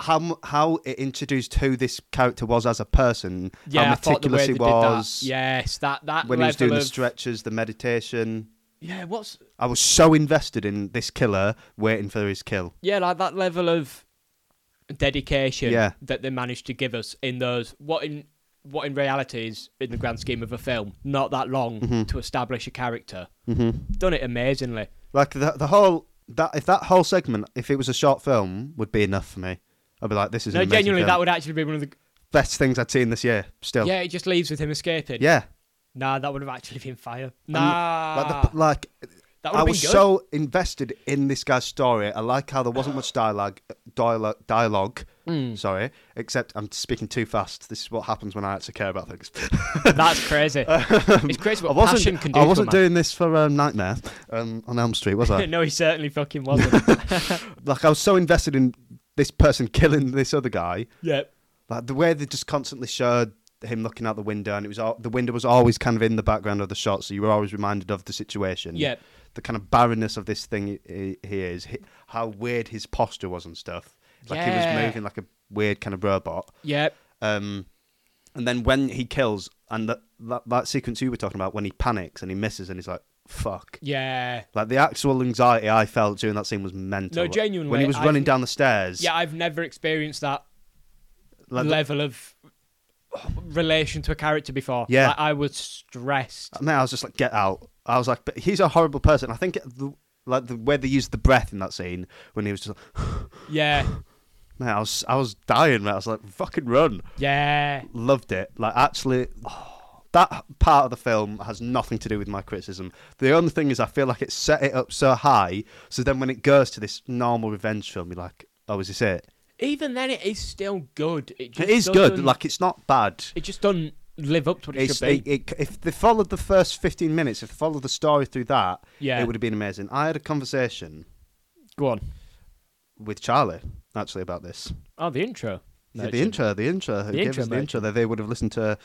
S1: How m- how it introduced who this character was as a person.
S2: Yeah,
S1: how
S2: I thought the way
S1: meticulous
S2: they
S1: he was.
S2: did that. Yes, that that
S1: When he
S2: level
S1: was doing
S2: of
S1: the stretches, the meditation.
S2: yeah, what's
S1: I was so invested in this killer waiting for his kill.
S2: yeah, like that level of dedication
S1: Yeah.
S2: that they managed to give us in those what in what in reality is in the grand scheme of a film not that long to establish a character.
S1: Mm-hmm.
S2: Done it amazingly.
S1: Like the the whole that if that whole segment, if it was a short film, would be enough for me. I'd be like, this is
S2: no,
S1: an amazing
S2: genuinely,
S1: film.
S2: that would actually be one of the
S1: best things I'd seen this year. Still,
S2: yeah. It just leaves with him escaping.
S1: yeah.
S2: Nah, that would have actually been fire. Nah,
S1: Like, the, like
S2: that would
S1: I
S2: have been
S1: was
S2: good.
S1: so invested in this guy's story. I like how there wasn't much dialogue. Dialogue. Dialogue.
S2: Hmm.
S1: Sorry, except I'm speaking too fast. This is what happens when I actually care about things.
S2: That's crazy. it's crazy
S1: Um, I
S2: what
S1: wasn't.
S2: passion can do.
S1: I
S2: for a
S1: wasn't
S2: man.
S1: doing this for um, Nightmare um, on Elm Street, was I?
S2: no, he certainly fucking wasn't.
S1: like I was so invested in this person killing this other guy.
S2: yeah.
S1: Like the way they just constantly showed him looking out the window, and it was all, the window was always kind of in the background of the shot, so you were always reminded of the situation.
S2: Yeah.
S1: the kind of barrenness of this thing he, he is, hi- how weird his posture was and stuff. Like he
S2: Yeah.
S1: was moving like a weird kind of robot.
S2: Yep.
S1: Um, and then when he kills, and that, that that sequence you were talking about, when he panics and he misses, and he's like, "Fuck."
S2: Yeah.
S1: Like the actual anxiety I felt during that scene was mental.
S2: No, genuinely,
S1: When he was
S2: I
S1: running
S2: think-
S1: down the stairs,
S2: Yeah, I've never experienced that
S1: like,
S2: level of relation to a character before.
S1: Yeah.
S2: Like, I was stressed.
S1: I mean, I was just like, get out. I was like, but he's a horrible person. I think the, like the way they used the breath in that scene when he was just, like,
S2: Yeah.
S1: man, I was I was dying. Man, I was like, fucking run.
S2: Yeah.
S1: Loved it. Like actually. that part of the film has nothing to do with my criticism. The only thing is, I feel like it set it up so high, so then when it goes to this normal revenge film, you're like, "Oh, is this it?"
S2: Even then, it is still good. It, just
S1: It is good.
S2: doesn't-
S1: Like, it's not bad.
S2: it just doesn't live up to what it
S1: It's,
S2: should be.
S1: it, it, if they followed the first 15 minutes, if they followed the story through that,
S2: Yeah.
S1: it would have been amazing. I had a conversation
S2: Go on.
S1: with Charlie actually about this.
S2: Oh, the intro.
S1: Yeah,
S2: Merchant.
S1: the intro, the intro, who
S2: The
S1: gave
S2: intro
S1: us the
S2: merchant.
S1: intro that they would have listened to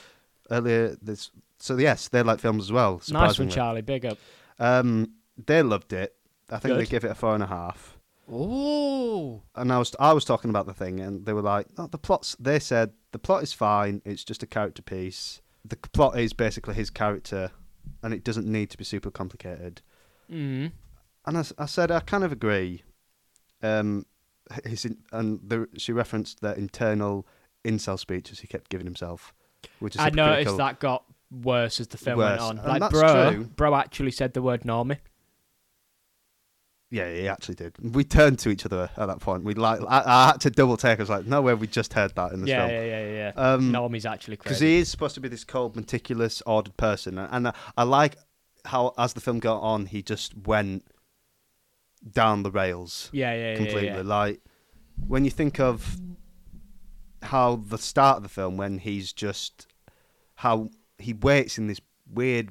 S1: earlier. This, so yes, they like films as well.
S2: Nice one,
S1: Surprisingly,
S2: Charlie. Big up.
S1: Um, they loved it. I think they
S2: Good.
S1: gave it a four and a half.
S2: Oh.
S1: And I was I was talking about the thing, and they were like, oh, the plots. They said the plot is fine. It's just a character piece. The c- plot is basically his character, and it doesn't need to be super complicated.
S2: Mm.
S1: and I, s- I said I kind of agree. Um, his in, and the, she referenced the internal incel speeches he kept giving himself, which is
S2: I noticed
S1: hypocritical.
S2: that got worse as the film
S1: Worse.
S2: went on.
S1: And
S2: Like,
S1: that's
S2: bro,
S1: true.
S2: bro actually said the word normie.
S1: Yeah, he actually did. We turned to each other at that point. We like I, I had to double take. I was like, no way, we just heard that in the
S2: Yeah,
S1: film.
S2: yeah, yeah, yeah.
S1: Um,
S2: normie's actually
S1: because
S2: crazy.
S1: he is supposed to be this cold, meticulous, ordered person, and, and I, I like how as the film got on, he just went down the rails.
S2: yeah, yeah, yeah,
S1: completely.
S2: yeah.
S1: Like when you think of how the start of the film, when he's just how he waits in this weird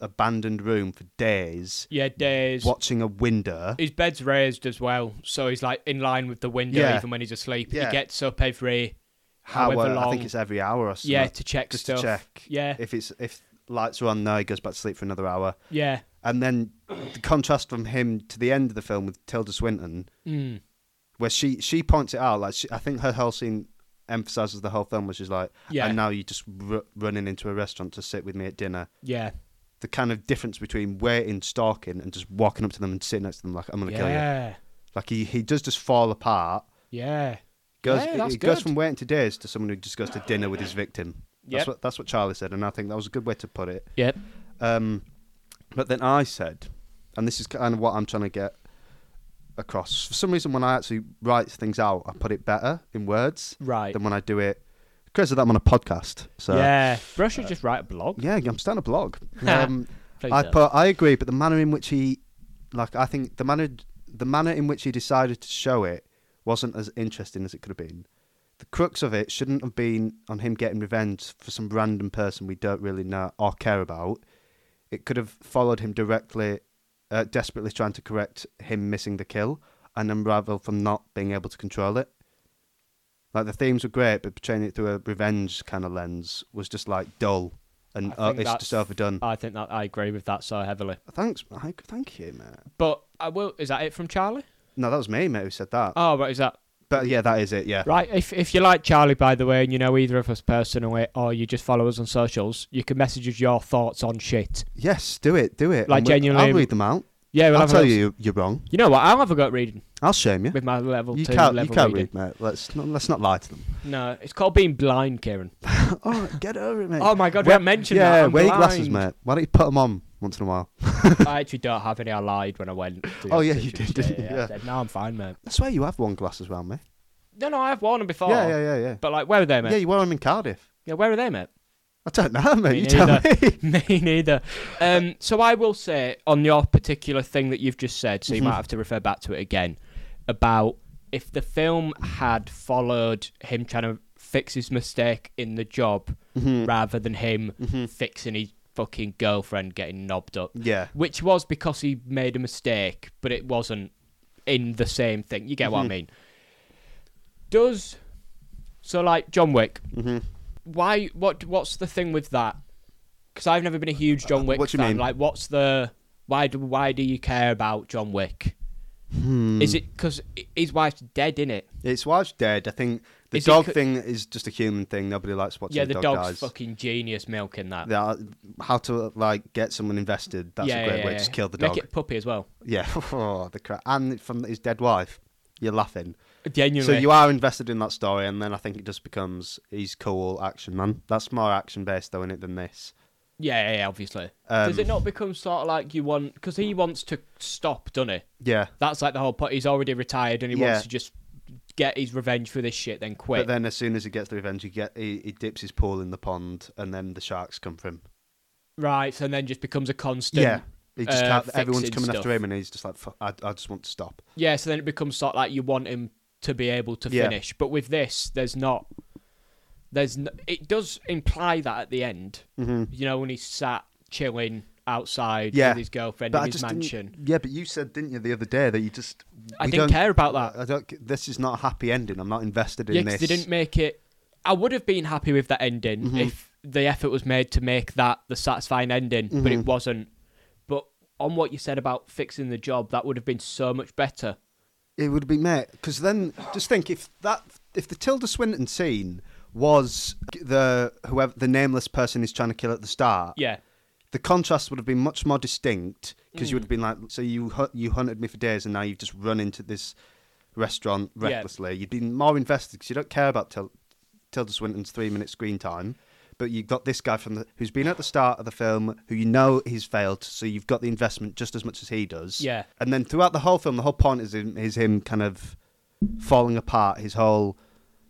S1: abandoned room for days,
S2: Yeah, days.
S1: watching a window.
S2: His bed's raised as well, so he's like in line with the window
S1: Yeah.
S2: even when he's asleep.
S1: Yeah.
S2: He gets up every
S1: How uh,
S2: however
S1: I
S2: long.
S1: think it's every hour or something.
S2: yeah, to check
S1: just
S2: stuff.
S1: to check
S2: Yeah.
S1: if it's if lights are on. No, he goes back to sleep for another hour,
S2: Yeah.
S1: and then the contrast from him to the end of the film with Tilda Swinton,
S2: Mm.
S1: where she she points it out. Like she, I think her whole scene emphasizes the whole film, which is like,
S2: Yeah.
S1: and now you're just r- running into a restaurant to sit with me at dinner.
S2: Yeah.
S1: The kind of difference between waiting, stalking, and just walking up to them and sitting next to them like I'm gonna kill you.
S2: Yeah.
S1: Like he he does just fall apart.
S2: Yeah.
S1: Goes,
S2: Yeah,
S1: it-
S2: that's
S1: it goes
S2: good.
S1: from waiting to days to someone who just goes to dinner with his victim. That's
S2: Yep.
S1: what that's what Charlie said, and I think that was a good way to put it.
S2: Yep.
S1: Um, but then I said, and this is kind of what I'm trying to get across. For some reason, when I actually write things out, I put it better in words
S2: Right.
S1: than when I do it because of that I'm on a podcast. So
S2: yeah. Bro should just write a blog.
S1: uh, yeah, I'm starting a blog. Um,
S2: Please
S1: I
S2: don't.
S1: put, I agree, but the manner in which he, like, I think the manner, the manner in which he decided to show it wasn't as interesting as it could have been. The crux of it shouldn't have been on him getting revenge for some random person we don't really know or care about. It could have followed him directly, uh, desperately trying to correct him missing the kill and unravel from not being able to control it. Like the themes were great, but portraying it through a revenge kind of lens was just like dull, and
S2: I
S1: uh,
S2: think
S1: it's
S2: that's-
S1: just overdone.
S2: I think that I agree with that so heavily.
S1: Thanks, Mike. Thank you, mate.
S2: But I will. Is that it from Charlie?
S1: No, that was me, mate, who said that.
S2: Oh, right. Is that
S1: but yeah, that is it, yeah.
S2: right? If if you like Charlie, by the way, and you know either of us personally, or you just follow us on socials, you can message us your thoughts on shit.
S1: Yes, do it, do it.
S2: Like,
S1: And we-
S2: genuinely-
S1: I'll read them out.
S2: Yeah, we'll
S1: I'll
S2: have a
S1: tell
S2: look.
S1: you you're wrong.
S2: You know what? I'll have a go at reading
S1: I'll shame you.
S2: with my level
S1: You
S2: two
S1: can't, you
S2: level
S1: can't
S2: reading.
S1: read, mate. Let's not, let's not lie to them.
S2: No, it's called being blind, Kieran.
S1: oh, get over it, mate.
S2: Oh my god, we
S1: Wear-
S2: haven't mentioned that.
S1: yeah,
S2: I'm
S1: wear your glasses,
S2: blind.
S1: mate. Why don't you put them on once in a while?
S2: I actually don't have any. I lied when I went. to the
S1: Oh, yeah, you did,
S2: optician.
S1: didn't you?
S2: yeah, I
S1: Yeah.
S2: said, no, I'm fine, mate.
S1: I swear you have one glass as well, mate.
S2: No, no, I have worn them before.
S1: Yeah, yeah, yeah, yeah.
S2: Oh. But like, where are they, mate?
S1: Yeah,
S2: Yeah,
S1: you wear them in Cardiff.
S2: where are they, mate?
S1: I don't know, mate.
S2: Me
S1: you tell
S2: neither.
S1: me.
S2: Me neither. Um, so I will say on your particular thing that you've just said, so you
S1: Mhm.
S2: might have to refer back to it again about if the film had followed him trying to fix his mistake in the job
S1: Mhm.
S2: rather than him
S1: Mhm.
S2: fixing his fucking girlfriend getting knobbed up,
S1: Yeah.
S2: which was because he made a mistake, but it wasn't in the same thing. You get what I
S1: Mhm.
S2: mean? Does so like John Wick?
S1: hmm
S2: why what what's the thing with that because i've never been a huge john wick
S1: Uh, what do you
S2: fan
S1: mean?
S2: like what's the why do why do you care about john wick
S1: Hmm.
S2: is it because his wife's dead in it
S1: It's wife's dead. I think the
S2: Is it
S1: dog
S2: co-
S1: thing is just a human thing. Nobody likes watching
S2: yeah
S1: the
S2: the
S1: dog
S2: dog's
S1: dies.
S2: fucking genius milking that
S1: that uh, how to like get someone invested. That's
S2: yeah,
S1: a great
S2: yeah,
S1: way.
S2: yeah.
S1: Just kill the dog.
S2: make it puppy as well
S1: Yeah, oh, the crap. And from his dead wife, you're laughing.
S2: genuinely
S1: so you are invested in that story, and then I think it just becomes he's cool action man. That's more action based though in it than this.
S2: yeah yeah, yeah obviously
S1: Um,
S2: does it not become sort of like you want because he wants to stop doesn't he
S1: Yeah,
S2: that's like the whole point he's already retired and he
S1: Yeah.
S2: wants to just get his revenge for this shit then quit
S1: but then as soon as he gets the revenge, he get he, he dips his paw in the pond, and then the sharks come for him.
S2: right and then just becomes a constant
S1: yeah, he just
S2: uh,
S1: can't, everyone's
S2: fixing
S1: coming after
S2: stuff.
S1: him, and he's just like, "Fuck, I, I just want to stop.
S2: Yeah, so then it becomes sort of like you want him to be able to
S1: Yeah.
S2: finish. But with this, there's not. There's n it does imply that at the end,
S1: Mm-hmm.
S2: you know, when he's sat chilling outside
S1: Yeah,
S2: with his girlfriend
S1: But I
S2: in his
S1: just didn't-
S2: mansion.
S1: yeah, but you said didn't you the other day that you just
S2: I
S1: we
S2: didn't
S1: don't-
S2: care about that.
S1: I don't. This is not a happy ending. I'm not invested in
S2: Yeah, 'cause
S1: this.
S2: they didn't make it. I would have been happy with that ending
S1: Mhm.
S2: if the effort was made to make that the satisfying ending, but it
S1: Mhm.
S2: wasn't. But on what you said about fixing the job, that would have been so much better.
S1: It would be met because then just think if that if the Tilda Swinton scene was the whoever the nameless person is trying to kill at the start,
S2: Yeah,
S1: the contrast would have been much more distinct because
S2: Mm.
S1: you would have been like, so you hu- you hunted me for days and now you've just run into this restaurant
S2: Yeah.
S1: recklessly. You'd been more invested because you don't care about Til- Tilda Swinton's three minute screen time. But you've got this guy from the, who's been at the start of the film, who you know he's failed, so you've got the investment just as much as he does.
S2: Yeah.
S1: And then throughout the whole film, the whole point is him, is him kind of falling apart, his whole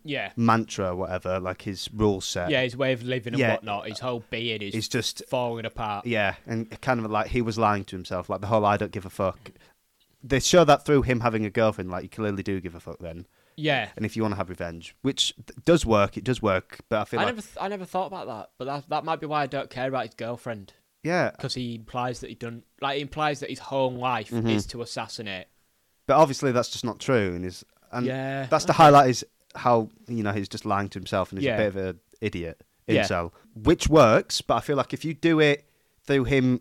S2: yeah,
S1: mantra, or whatever, like his rule set.
S2: yeah. His way of living and
S1: Yeah.
S2: whatnot, his whole being is
S1: It's just
S2: falling apart.
S1: Yeah, and kind of like he was lying to himself, like the whole I don't give a fuck. They show that through him having a girlfriend, like you clearly do give a fuck then.
S2: Yeah.
S1: And if you want to have revenge, which th- does work, it does work, but I feel
S2: I
S1: like.
S2: never, th- I never thought about that, but that that might be why I don't care about his girlfriend
S1: yeah,
S2: because he implies that he done, like he implies that his whole life
S1: Mm-hmm.
S2: is to assassinate.
S1: but obviously that's just not true. And, is, and
S2: Yeah,
S1: that's the highlight is how, you know, he's just lying to himself and he's
S2: Yeah.
S1: a bit of an idiot.
S2: Yeah.
S1: incel, which works. But I feel like if you do it through him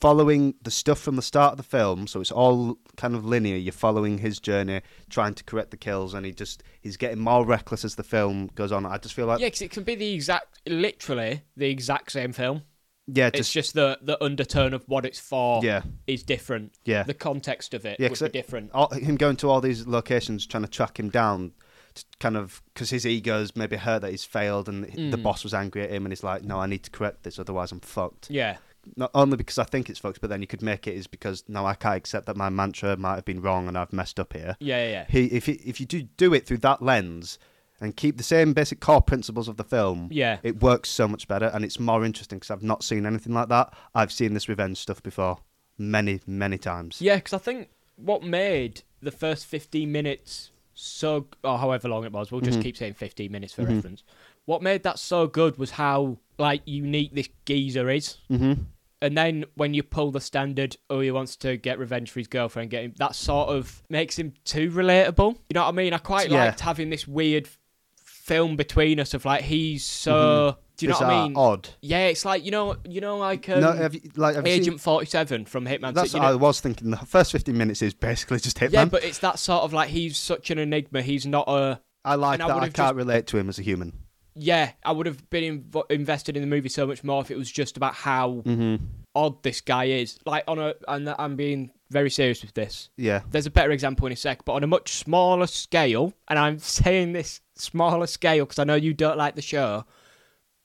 S1: following the stuff from the start of the film, so it's all kind of linear. You're following his journey, trying to correct the kills, and he just he's getting more reckless as the film goes on. I just feel like
S2: Yeah,
S1: yeah,
S2: because it can be the exact, literally the exact same film. it's
S1: just,
S2: just the the undertone of what it's for
S1: Yeah.
S2: is different.
S1: Yeah.
S2: the context of it
S1: Yeah,
S2: would
S1: 'cause
S2: be
S1: it-
S2: different.
S1: all, him going to all these locations trying to track him down to kind of because his ego's maybe hurt that he's failed and
S2: Mm.
S1: the boss was angry at him and he's like no i need to correct this otherwise i'm fucked
S2: Yeah,
S1: not only because i think it's fucked but then you could make it is because no i can't accept that my mantra might have been wrong and i've messed up here
S2: yeah, yeah, yeah.
S1: he, if, he, if you do do it through that lens and keep the same basic core principles of the film
S2: Yeah.
S1: it works so much better and it's more interesting because i've not seen anything like that i've seen this revenge stuff before many many times
S2: Yeah, because I think what made the first 15 minutes so, g- or however long it was, we'll
S1: Mm-hmm.
S2: just keep saying 15 minutes for reference. What made that so good was how like unique this geezer is.
S1: mm-hmm.
S2: And then when you pull the standard, oh, he wants to get revenge for his girlfriend, get him, that sort of makes him too relatable. You know what I mean? I quite
S1: Yeah.
S2: liked having this weird f- film between us of like he's
S1: Mm-hmm.
S2: so. Do you know
S1: It's,
S2: what I
S1: uh,
S2: mean?
S1: odd
S2: Yeah, it's like you know, you know, like um,
S1: no, have you, like have you seen-
S2: Agent Forty Seven from Hitman.
S1: That's
S2: you
S1: what
S2: know-
S1: I was thinking. The first 15 minutes is basically just Hitman.
S2: yeah, but it's that sort of like he's such an enigma. He's not a
S1: I like
S2: and I
S1: that. I,
S2: would've
S1: can't relate to him as a human.
S2: yeah. I would have been inv- invested in the movie so much more if it was just about how
S1: Mm-hmm.
S2: odd this guy is. Like on a, and I'm being very serious with this.
S1: Yeah.
S2: There's a better example in a sec, but on a much smaller scale, and I'm saying this smaller scale because I know you don't like the show.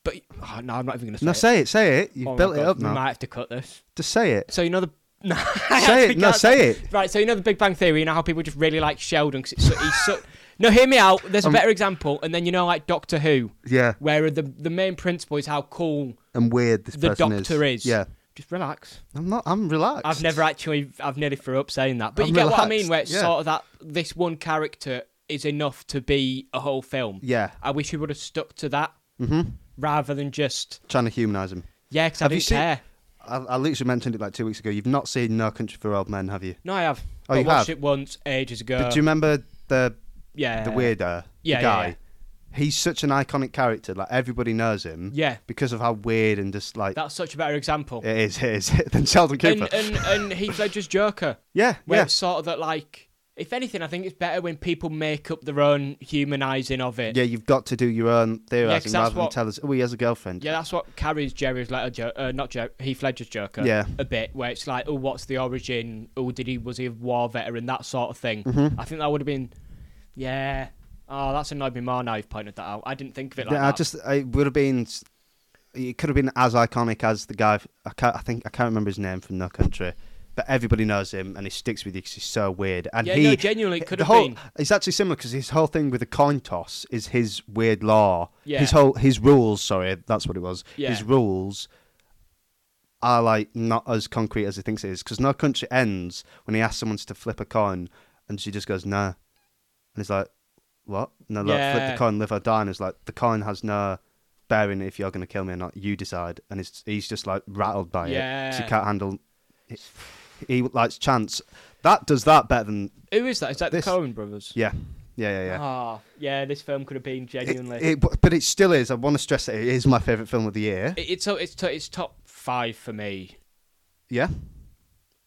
S2: But oh, no, I'm not even going to say
S1: No,
S2: it.
S1: say it. Say it. You've
S2: Oh my
S1: built it
S2: God,
S1: up
S2: We
S1: now.
S2: might have to cut this.
S1: Just say it.
S2: So you know the no, I
S1: Say
S2: actually
S1: it. No,
S2: can't
S1: say it.
S2: Right, so you know the Big Bang Theory, you know how people just really like Sheldon because it's so, he's so. No, hear me out. There's a
S1: Um,
S2: better example, and then you know like Doctor Who,
S1: Yeah.
S2: where the the main principle is how cool
S1: And weird this
S2: the
S1: person
S2: Doctor is.
S1: Yeah.
S2: Just relax.
S1: I'm not. I'm relaxed.
S2: I've never actually, I've nearly threw up saying that, but
S1: I'm
S2: you get what I mean,
S1: relaxed,
S2: where it's
S1: yeah.
S2: sort of that this one character is enough to be a whole film.
S1: Yeah. Mm-hmm.
S2: I wish you would have stuck to that rather than just
S1: Trying to humanize him.
S2: yeah, because I
S1: Have you
S2: didn't
S1: seen-
S2: care.
S1: I, I literally mentioned it like two weeks ago. You've not seen No Country for Old Men, have you?
S2: No, I have.
S1: Oh,
S2: I
S1: you
S2: watched
S1: have?
S2: it once ages ago.
S1: But do you remember the
S2: Uh, yeah,
S1: the weirdo
S2: yeah, yeah,
S1: the guy?
S2: yeah.
S1: He's such an iconic character. Like everybody knows him.
S2: Yeah.
S1: Because of how weird and just like
S2: That's such a better example.
S1: it is. It is. than Sheldon Cooper.
S2: and, uh, and and Heath Ledger's Joker,
S1: yeah.
S2: where
S1: yeah.
S2: it's sort of that like, if anything, I think it's better when people make up their own humanising of it.
S1: Yeah, you've got to do your own theorising
S2: 'cause that's
S1: rather than
S2: what-
S1: tell us, oh, he has a girlfriend.
S2: Yeah, that's what carries Jerry's letter, jo- uh, not Jer- Heath Ledger's Joker.
S1: Yeah.
S2: a bit where it's like, oh, what's the origin? Oh, did he was he a war veteran? That sort of thing.
S1: Mm-hmm.
S2: I think that would have been, yeah. Oh, that's annoyed me more now you've pointed that out. I didn't think of it like
S1: Yeah, I
S2: that.
S1: just, it would have been, s- it could have been as iconic as the guy, f- I, can't, I think, I can't remember his name from No Country, but everybody knows him and he sticks with you because he's so weird. And
S2: Yeah,
S1: he,
S2: no, genuinely, it could
S1: the
S2: have
S1: whole,
S2: been.
S1: It's actually similar because his whole thing with the coin toss is his weird law.
S2: Yeah.
S1: His whole, his rules, sorry, that's what it was.
S2: Yeah.
S1: His rules are like not as concrete as he thinks it is because No Country ends when he asks someone to flip a coin and she just goes, no. And he's like, what? No, look, flip
S2: Yeah.
S1: the coin, live or die. And it's like, the coin has no bearing if you're going to kill me or not. You decide. And it's, he's just like rattled by it. 'cause He
S2: Yeah.
S1: can't handle He likes chance. That does that better than,
S2: Who is that? Is that
S1: This-
S2: the Coen brothers?
S1: yeah. Yeah, yeah, yeah.
S2: Ah, yeah. This film could have been genuinely.
S1: It, it- but it still is. I want to stress that it is my favourite film of the year.
S2: It- it's it's to- it's top five for me.
S1: Yeah.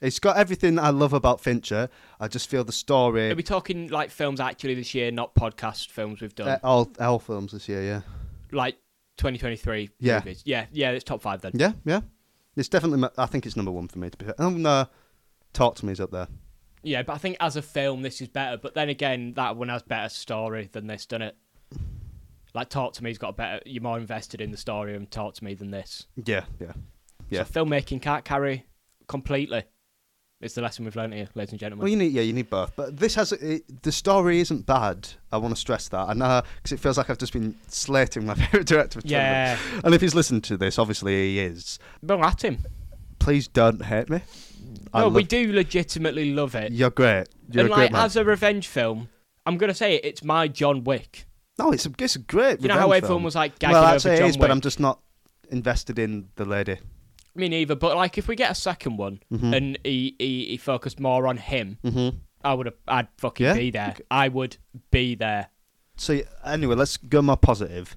S1: It's got everything I love about Fincher. I just feel the story.
S2: Are we talking like films actually this year, not podcast films we've done?
S1: Uh, all, all films this year, yeah.
S2: like 2023
S1: Yeah.
S2: movies. Yeah, yeah, it's top five then.
S1: Yeah, yeah. It's definitely, my, I think it's number one for me to be fair. Oh, no. Talk to Me is up there.
S2: Yeah, but I think as a film, this is better. But then again, that one has better story than this, doesn't it? Like Talk to Me's got a better. You're more invested in the story and Talk to Me than this.
S1: Yeah, yeah. Yeah.
S2: So filmmaking can't carry completely. It's the lesson we've learned here, ladies and gentlemen.
S1: Well, you need yeah, you need both. But this has it, the story isn't bad. I want to stress that. I know because it feels like I've just been slating my favorite director. For 10
S2: Yeah.
S1: minutes. and if he's listened to this, obviously he is.
S2: Well, at him.
S1: Please don't hate me. I
S2: No, we
S1: love-
S2: do legitimately love it.
S1: You're great. You're
S2: and
S1: a
S2: like
S1: great man.
S2: as a revenge film, I'm gonna say it. It's my John Wick.
S1: no, it's a, it's a great.
S2: You know how
S1: revenge
S2: everyone
S1: film.
S2: was like gagging
S1: Well,
S2: over
S1: actually, it
S2: John
S1: is,
S2: Wick.
S1: but I'm just not invested in the lady.
S2: Me neither. But like, if we get a second one
S1: Mm.
S2: and he, he he focused more on him,
S1: Mm-hmm.
S2: I would have. I'd fucking
S1: Yeah?
S2: be there. I would be there.
S1: So y- anyway, let's go more positive.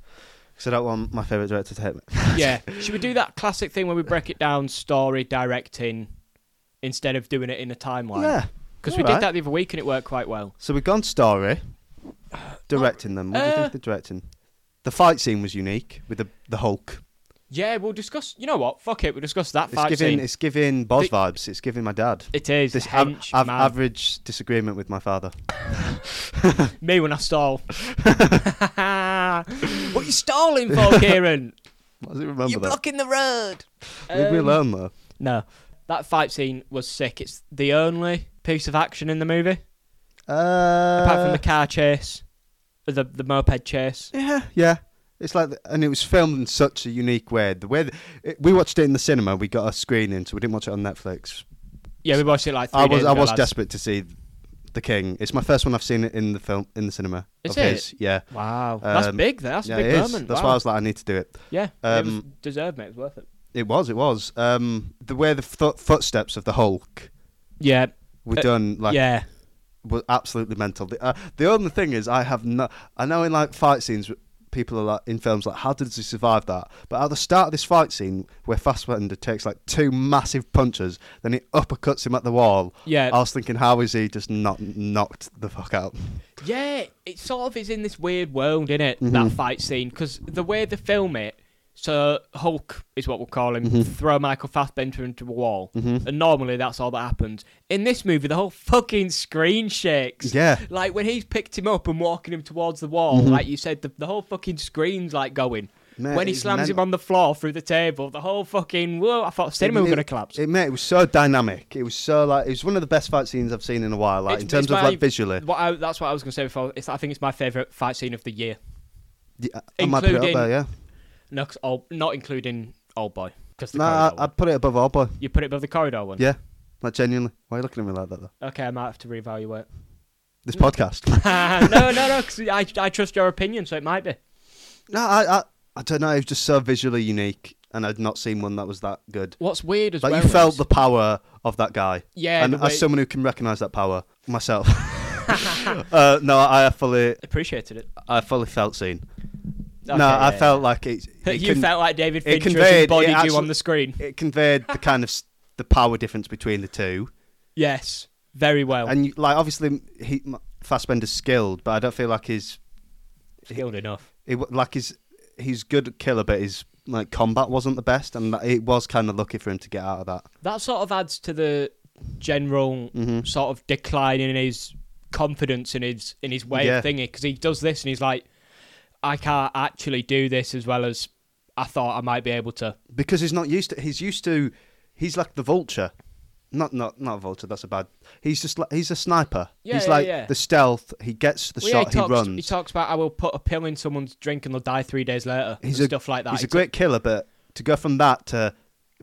S1: Because I don't want my favourite director to hate me.
S2: yeah. Should we do that classic thing where we break it down story directing instead of doing it in a timeline?
S1: Yeah.
S2: Because we
S1: Alright.
S2: did that the other week and it worked quite well.
S1: So we've gone story, directing them. What do you think
S2: Uh,
S1: of the directing? The fight scene was unique with the the Hulk.
S2: Yeah, we'll discuss. You know what? Fuck it. We'll discuss that
S1: It's
S2: fight
S1: giving
S2: scene.
S1: it's giving Boz
S2: The-
S1: vibes. It's giving my dad.
S2: It is.
S1: This av-
S2: hench,
S1: av-
S2: man.
S1: average disagreement with my father.
S2: Me when I stall. what you stalling for, Kieran?
S1: What does he remember
S2: You're
S1: that?
S2: blocking the road.
S1: Leave me
S2: Um,
S1: alone though.
S2: No, that fight scene was sick. It's the only piece of action in the movie,
S1: Uh,
S2: apart from the car chase, the the moped chase.
S1: Yeah, yeah. It's like, the, and it was filmed in such a unique way. The way th- it, we watched it in the cinema, we got a screening, so we didn't watch it on Netflix.
S2: Yeah, we watched it like three
S1: I was,
S2: days
S1: I
S2: ago,
S1: was
S2: lads.
S1: desperate to see The King. It's my first one I've seen it in the film in the cinema.
S2: Is
S1: of
S2: it?
S1: his. Yeah,
S2: Wow, that's
S1: Um,
S2: big. That's
S1: yeah,
S2: a big
S1: it is.
S2: moment.
S1: That's
S2: wow.
S1: why I was like, I need to do it.
S2: Yeah, it was
S1: um,
S2: deserved, mate. It was worth it.
S1: It was, it was. Um, the way the foot footsteps of the Hulk
S2: Yeah,
S1: were
S2: Uh,
S1: done, like,
S2: yeah.
S1: was absolutely mental. The, uh, the only thing is, I have no. I know in like fight scenes, people are like in films like, how did he survive that? But at the start of this fight scene, where Fassbender takes like two massive punches, then he uppercuts him at the wall.
S2: Yeah.
S1: I was thinking, how is he just not knocked the fuck out?
S2: Yeah, it sort of is in this weird world, innit? it?
S1: Mm-hmm.
S2: That fight scene because the way they film it, so Hulk is what we'll call him,
S1: Mm-hmm.
S2: throw Michael Fassbender into a wall, and normally that's all that happens. In this movie, the whole fucking screen shakes.
S1: Yeah. Mm-hmm.
S2: like when he's picked him up and walking him towards the wall, like you said, the, the whole fucking screen's like going.
S1: Mate,
S2: when he
S1: it's
S2: slams him
S1: mental.
S2: on the floor through the table, the whole fucking whoa! I thought cinema were
S1: It-
S2: gonna collapse.
S1: It, mate, it was so dynamic. It was so like it was one of the best fight scenes I've seen in a while. Like
S2: It's-
S1: in terms
S2: it's
S1: of
S2: my-
S1: like visually,
S2: what I, that's what I was gonna say before. It's, I think it's my favorite fight scene of the year.
S1: yeah, I might put it up
S2: including-
S1: there. Yeah,
S2: No, 'cause old, not including old boy. Because the
S1: no, I,
S2: corridor
S1: I'd
S2: one.
S1: put it above all boy.
S2: you put it above the corridor one.
S1: Yeah, like genuinely. Why are you looking at me like that though?
S2: Okay, I might have to reevaluate.
S1: This podcast.
S2: no, no, no. 'cause I, I trust your opinion, so it might be.
S1: No, I, I, I don't know. It was just so visually unique, and I'd not seen one that was that good.
S2: What's weird as
S1: Like
S2: well.
S1: you felt
S2: is-
S1: the power of that guy.
S2: Yeah,
S1: and
S2: the way-
S1: as someone who can recognise that power myself. uh, no, I fully,
S2: appreciated it.
S1: I fully felt seen.
S2: Okay,
S1: no, I
S2: yeah,
S1: felt like it. it
S2: you
S1: con-
S2: felt like
S1: it
S2: David Fincher
S1: conveyed- it
S2: embodied you
S1: actually-
S2: on the screen.
S1: it conveyed the kind of s- the power difference between the two,
S2: Yes, very well.
S1: and you, like obviously he M- Fassbender's skilled, but I don't feel like he's
S2: Skilled enough.
S1: it, wa- like he's he's good at killer, but his like combat wasn't the best, and that, it was kind of lucky for him to get out of that.
S2: That sort of adds to the general
S1: Mm-hmm.
S2: sort of decline in his confidence in his in his way
S1: Yeah.
S2: of thinking because he does this and he's like, I can't actually do this as well as I thought I might be able to.
S1: because he's not used to he's used to he's like the vulture not not not vulture that's a bad he's just like he's a sniper
S2: Yeah,
S1: he's
S2: yeah,
S1: like
S2: yeah.
S1: the stealth he gets the
S2: Well, yeah,
S1: shot he,
S2: talks,
S1: runs
S2: He talks about I will put a pill in someone's drink and they'll die three days later.
S1: He's
S2: and
S1: a-
S2: stuff like that.
S1: he's a
S2: It's-
S1: great killer but to go from that to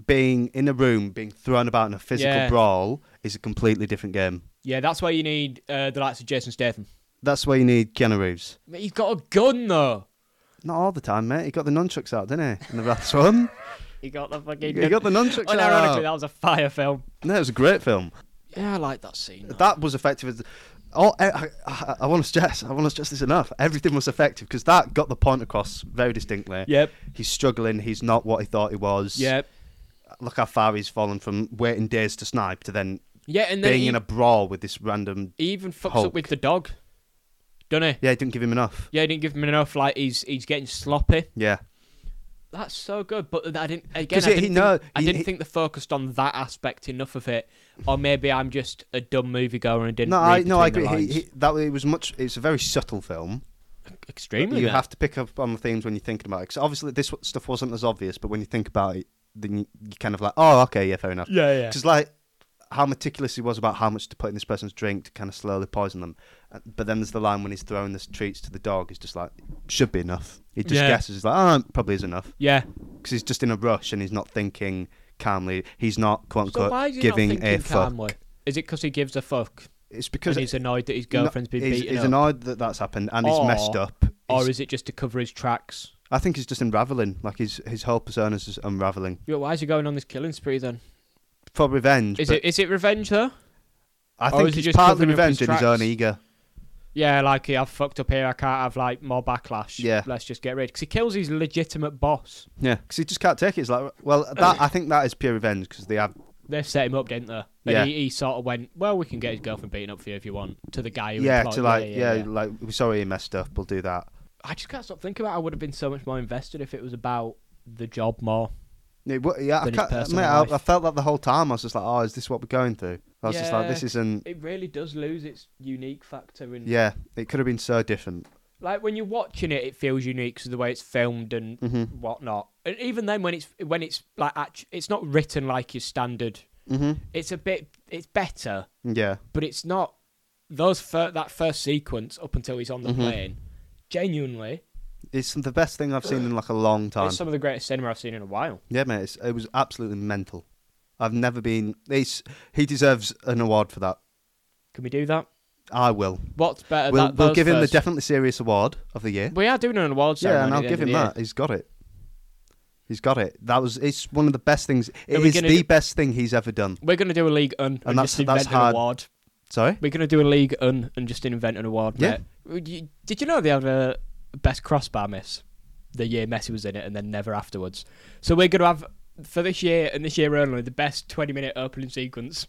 S1: being in a room being thrown about in a physical
S2: Yeah.
S1: brawl is a completely different game
S2: yeah, that's why you need uh, the likes of Jason Statham.
S1: that's why you need Keanu Reeves
S2: Mate, He's got a gun though.
S1: not all the time mate he got the nunchucks out didn't he in the Wrath's one
S2: He got the
S1: he
S2: fucking.
S1: got the nunchucks
S2: Unironically,
S1: out
S2: that was a fire film.
S1: no it was a great film
S2: Yeah, I like that scene. though.
S1: that was effective as all, I, I, I want to stress I want to stress this enough everything was effective because that got the point across very distinctly
S2: Yep.
S1: he's struggling he's not what he thought he was
S2: Yep.
S1: look how far he's fallen from waiting days to snipe to then
S2: Yeah, and then
S1: being
S2: he,
S1: in a brawl with this random
S2: he even fucks
S1: Hulk.
S2: up with the dog, doesn't he?
S1: yeah it didn't give him enough
S2: Yeah, he didn't give him enough. Like he's he's getting sloppy.
S1: yeah
S2: That's so good, but I didn't. Again,
S1: 'Cause he-
S2: I didn't,
S1: he
S2: think,
S1: know-
S2: I
S1: he-
S2: didn't
S1: he-
S2: think they focused on that aspect enough of it, or maybe I'm just a dumb moviegoer and didn't.
S1: no
S2: read
S1: I no I
S2: between
S1: agree
S2: the
S1: he,
S2: lines.
S1: he, that it was much it's a very subtle film
S2: Extremely.
S1: you
S2: mate.
S1: have to pick up on the themes when you're thinking about it 'Cause obviously this w- stuff wasn't as obvious but when you think about it then you, you kind of like oh okay yeah fair enough
S2: Yeah, yeah.
S1: Because like how meticulous he was about how much to put in this person's drink to kind of slowly poison them. Uh, But then there's the line when he's throwing the treats to the dog. It's just like should be enough. He just
S2: Yeah.
S1: guesses. He's like, oh, it probably is enough
S2: yeah.
S1: because he's just in a rush and he's not thinking calmly. He's not quote
S2: So
S1: unquote
S2: why is he
S1: giving
S2: not
S1: a
S2: thinking
S1: fuck.
S2: calmly? Is it because he gives a fuck
S1: It's
S2: and
S1: because
S2: he's annoyed that his
S1: no-
S2: girlfriend's been
S1: he's,
S2: beaten
S1: he's
S2: up,
S1: annoyed that that's happened and he's messed
S2: Or-
S1: up.
S2: or
S1: He's-
S2: is it just to cover his tracks?
S1: I think he's just unraveling. Like his his whole persona is just unraveling
S2: Yeah, why is he going on this killing spree then?
S1: for revenge.
S2: Is
S1: but
S2: it is it revenge though?
S1: I
S2: or
S1: think
S2: is he
S1: he's
S2: just
S1: partly
S2: covering up his
S1: revenge in his own
S2: tracks?
S1: ego.
S2: yeah, like I've fucked up here. I can't have like more backlash.
S1: Yeah.
S2: let's just get rid because he kills his legitimate boss.
S1: Yeah, because he just can't take it. It's like,
S2: Oh,
S1: well, that I think that is pure revenge because they have.
S2: They set him up, didn't they? And
S1: Yeah.
S2: he, he sort of went, well, we can get his girlfriend beaten up for you if you want. To the guy who
S1: Yeah,
S2: employed-
S1: to like, yeah, like we sorry he messed up. We'll do that.
S2: I just can't stop thinking about. it. I would have been so much more invested if it was about the job more.
S1: Yeah, what- yeah I,
S2: Than his
S1: can't,
S2: personal
S1: mate, I,
S2: life.
S1: I felt that the whole time. I was just like, oh, is this what we're going through? I was just like,
S2: Yeah.
S1: this isn't.
S2: It really does lose its unique factor in
S1: Yeah, it could have been so different.
S2: like when you're watching it, it feels unique because of the way it's filmed and
S1: Mhm.
S2: whatnot. And even then, when it's when it's like act- it's not written like your standard.
S1: Mm-hmm.
S2: It's a bit it's better,
S1: Yeah,
S2: but it's not those fir- that first sequence up until he's on the
S1: Mhm.
S2: plane. Genuinely,
S1: it's the best thing I've seen in like a long time.
S2: it's some of the greatest cinema I've seen in a while.
S1: Yeah, mate, it's, it was absolutely mental. I've never been. It's, he deserves an award for that.
S2: Can we do that?
S1: I will.
S2: What's better?
S1: We'll,
S2: Uh, that,
S1: we'll
S2: those
S1: give him the
S2: first-
S1: definitely serious award of the year.
S2: We are doing an awards
S1: Yeah,
S2: ceremony.
S1: and
S2: at
S1: I'll
S2: the
S1: give
S2: end
S1: him
S2: of the year.
S1: that. He's got it. He's got it. That was. It's one of the best things. It
S2: Are we
S1: is
S2: gonna
S1: the
S2: do-
S1: best thing he's ever done.
S2: We're gonna do a league un and,
S1: that's-
S2: just
S1: that's
S2: invent an
S1: hard.
S2: award.
S1: Sorry.
S2: We're gonna do a league un and just invent an award.
S1: Yeah.
S2: Mate. You- Did you know they had a best crossbar miss the year Messi was in it, and then never afterwards? So we're gonna have for this year and this year only the best twenty-minute opening sequence.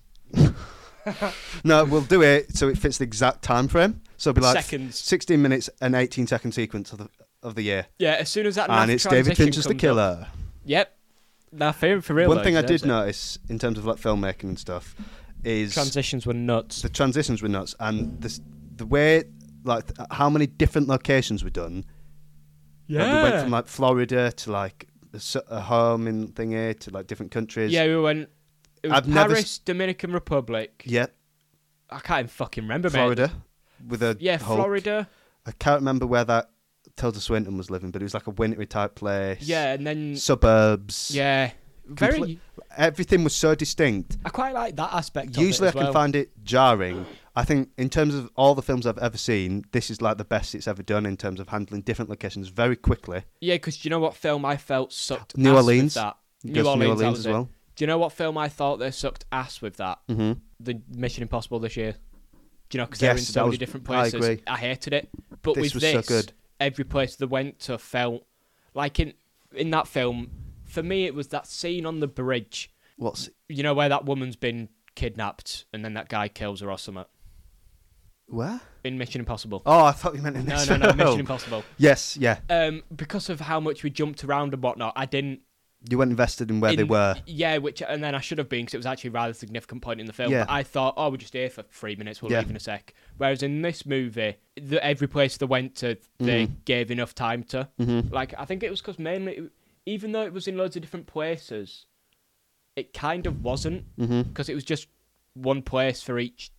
S1: No, we'll do it so it fits the exact time frame. So it'll be like
S2: Seconds.
S1: 16 minutes and 18 second sequence of the of the year.
S2: Yeah, as soon as that.
S1: And
S2: NAF
S1: it's David
S2: transition
S1: Fincher's The
S2: comes up-
S1: Killer.
S2: Yep. Now, for, for real.
S1: One
S2: though,
S1: thing I
S2: deserves
S1: did
S2: it.
S1: notice in terms of like filmmaking and stuff is
S2: Transitions were nuts.
S1: the transitions were nuts and this the way like th- how many different locations were done Like, we went from like florida to like a, s- a home in thing here to like different countries
S2: yeah, we went. It was
S1: I've never
S2: Paris,
S1: s-
S2: Dominican Republic.
S1: yeah
S2: I can't even fucking remember, mate.
S1: florida with a
S2: Yeah,
S1: Hulk.
S2: Florida.
S1: i can't remember where that tilda swinton was living but it was like a wintry type place
S2: Yeah, and then
S1: suburbs
S2: yeah, very.
S1: Comple- everything was so distinct
S2: I quite like that aspect. of it
S1: usually i
S2: as
S1: can
S2: well.
S1: find it jarring i think in terms of all the films i've ever seen this is like the best it's ever done in terms of handling different locations very quickly
S2: Yeah, because you know what film I felt sucked.
S1: New
S2: ass
S1: Orleans.
S2: With that.
S1: Goes
S2: New
S1: to
S2: Orleans,
S1: New
S2: that
S1: Orleans
S2: was
S1: as
S2: it.
S1: well.
S2: Do you know what film I thought they sucked ass with that?
S1: hmm
S2: The Mission Impossible this year. Do you know because they were in
S1: Yes, that
S2: so many
S1: was-
S2: different
S1: I
S2: places?
S1: agree.
S2: hated it, but
S1: This
S2: with
S1: was
S2: this,
S1: so good.
S2: every place they went to felt like in in that film. For me, it was that scene on the bridge.
S1: What's
S2: You know where that woman's been kidnapped, and then that guy kills her or something.
S1: where?
S2: In Mission Impossible.
S1: Oh, I thought you meant in
S2: No,
S1: this
S2: no, no,
S1: film.
S2: Mission Impossible.
S1: Yes, yeah.
S2: Um, because of how much we jumped around and whatnot, I didn't.
S1: You weren't invested in where they
S2: in-
S1: were.
S2: Yeah, which and then I should have been because it was actually a rather significant point in the film.
S1: Yeah.
S2: But I thought, oh, we're just here for three minutes. We'll
S1: Yeah.
S2: leave in a sec. Whereas in this movie, the, every place they went to, they
S1: Mm.
S2: gave enough time to.
S1: Mm-hmm,
S2: Like I think it was because mainly, even though it was in loads of different places, it kind of wasn't
S1: Mm-hmm.
S2: because it was just one place for each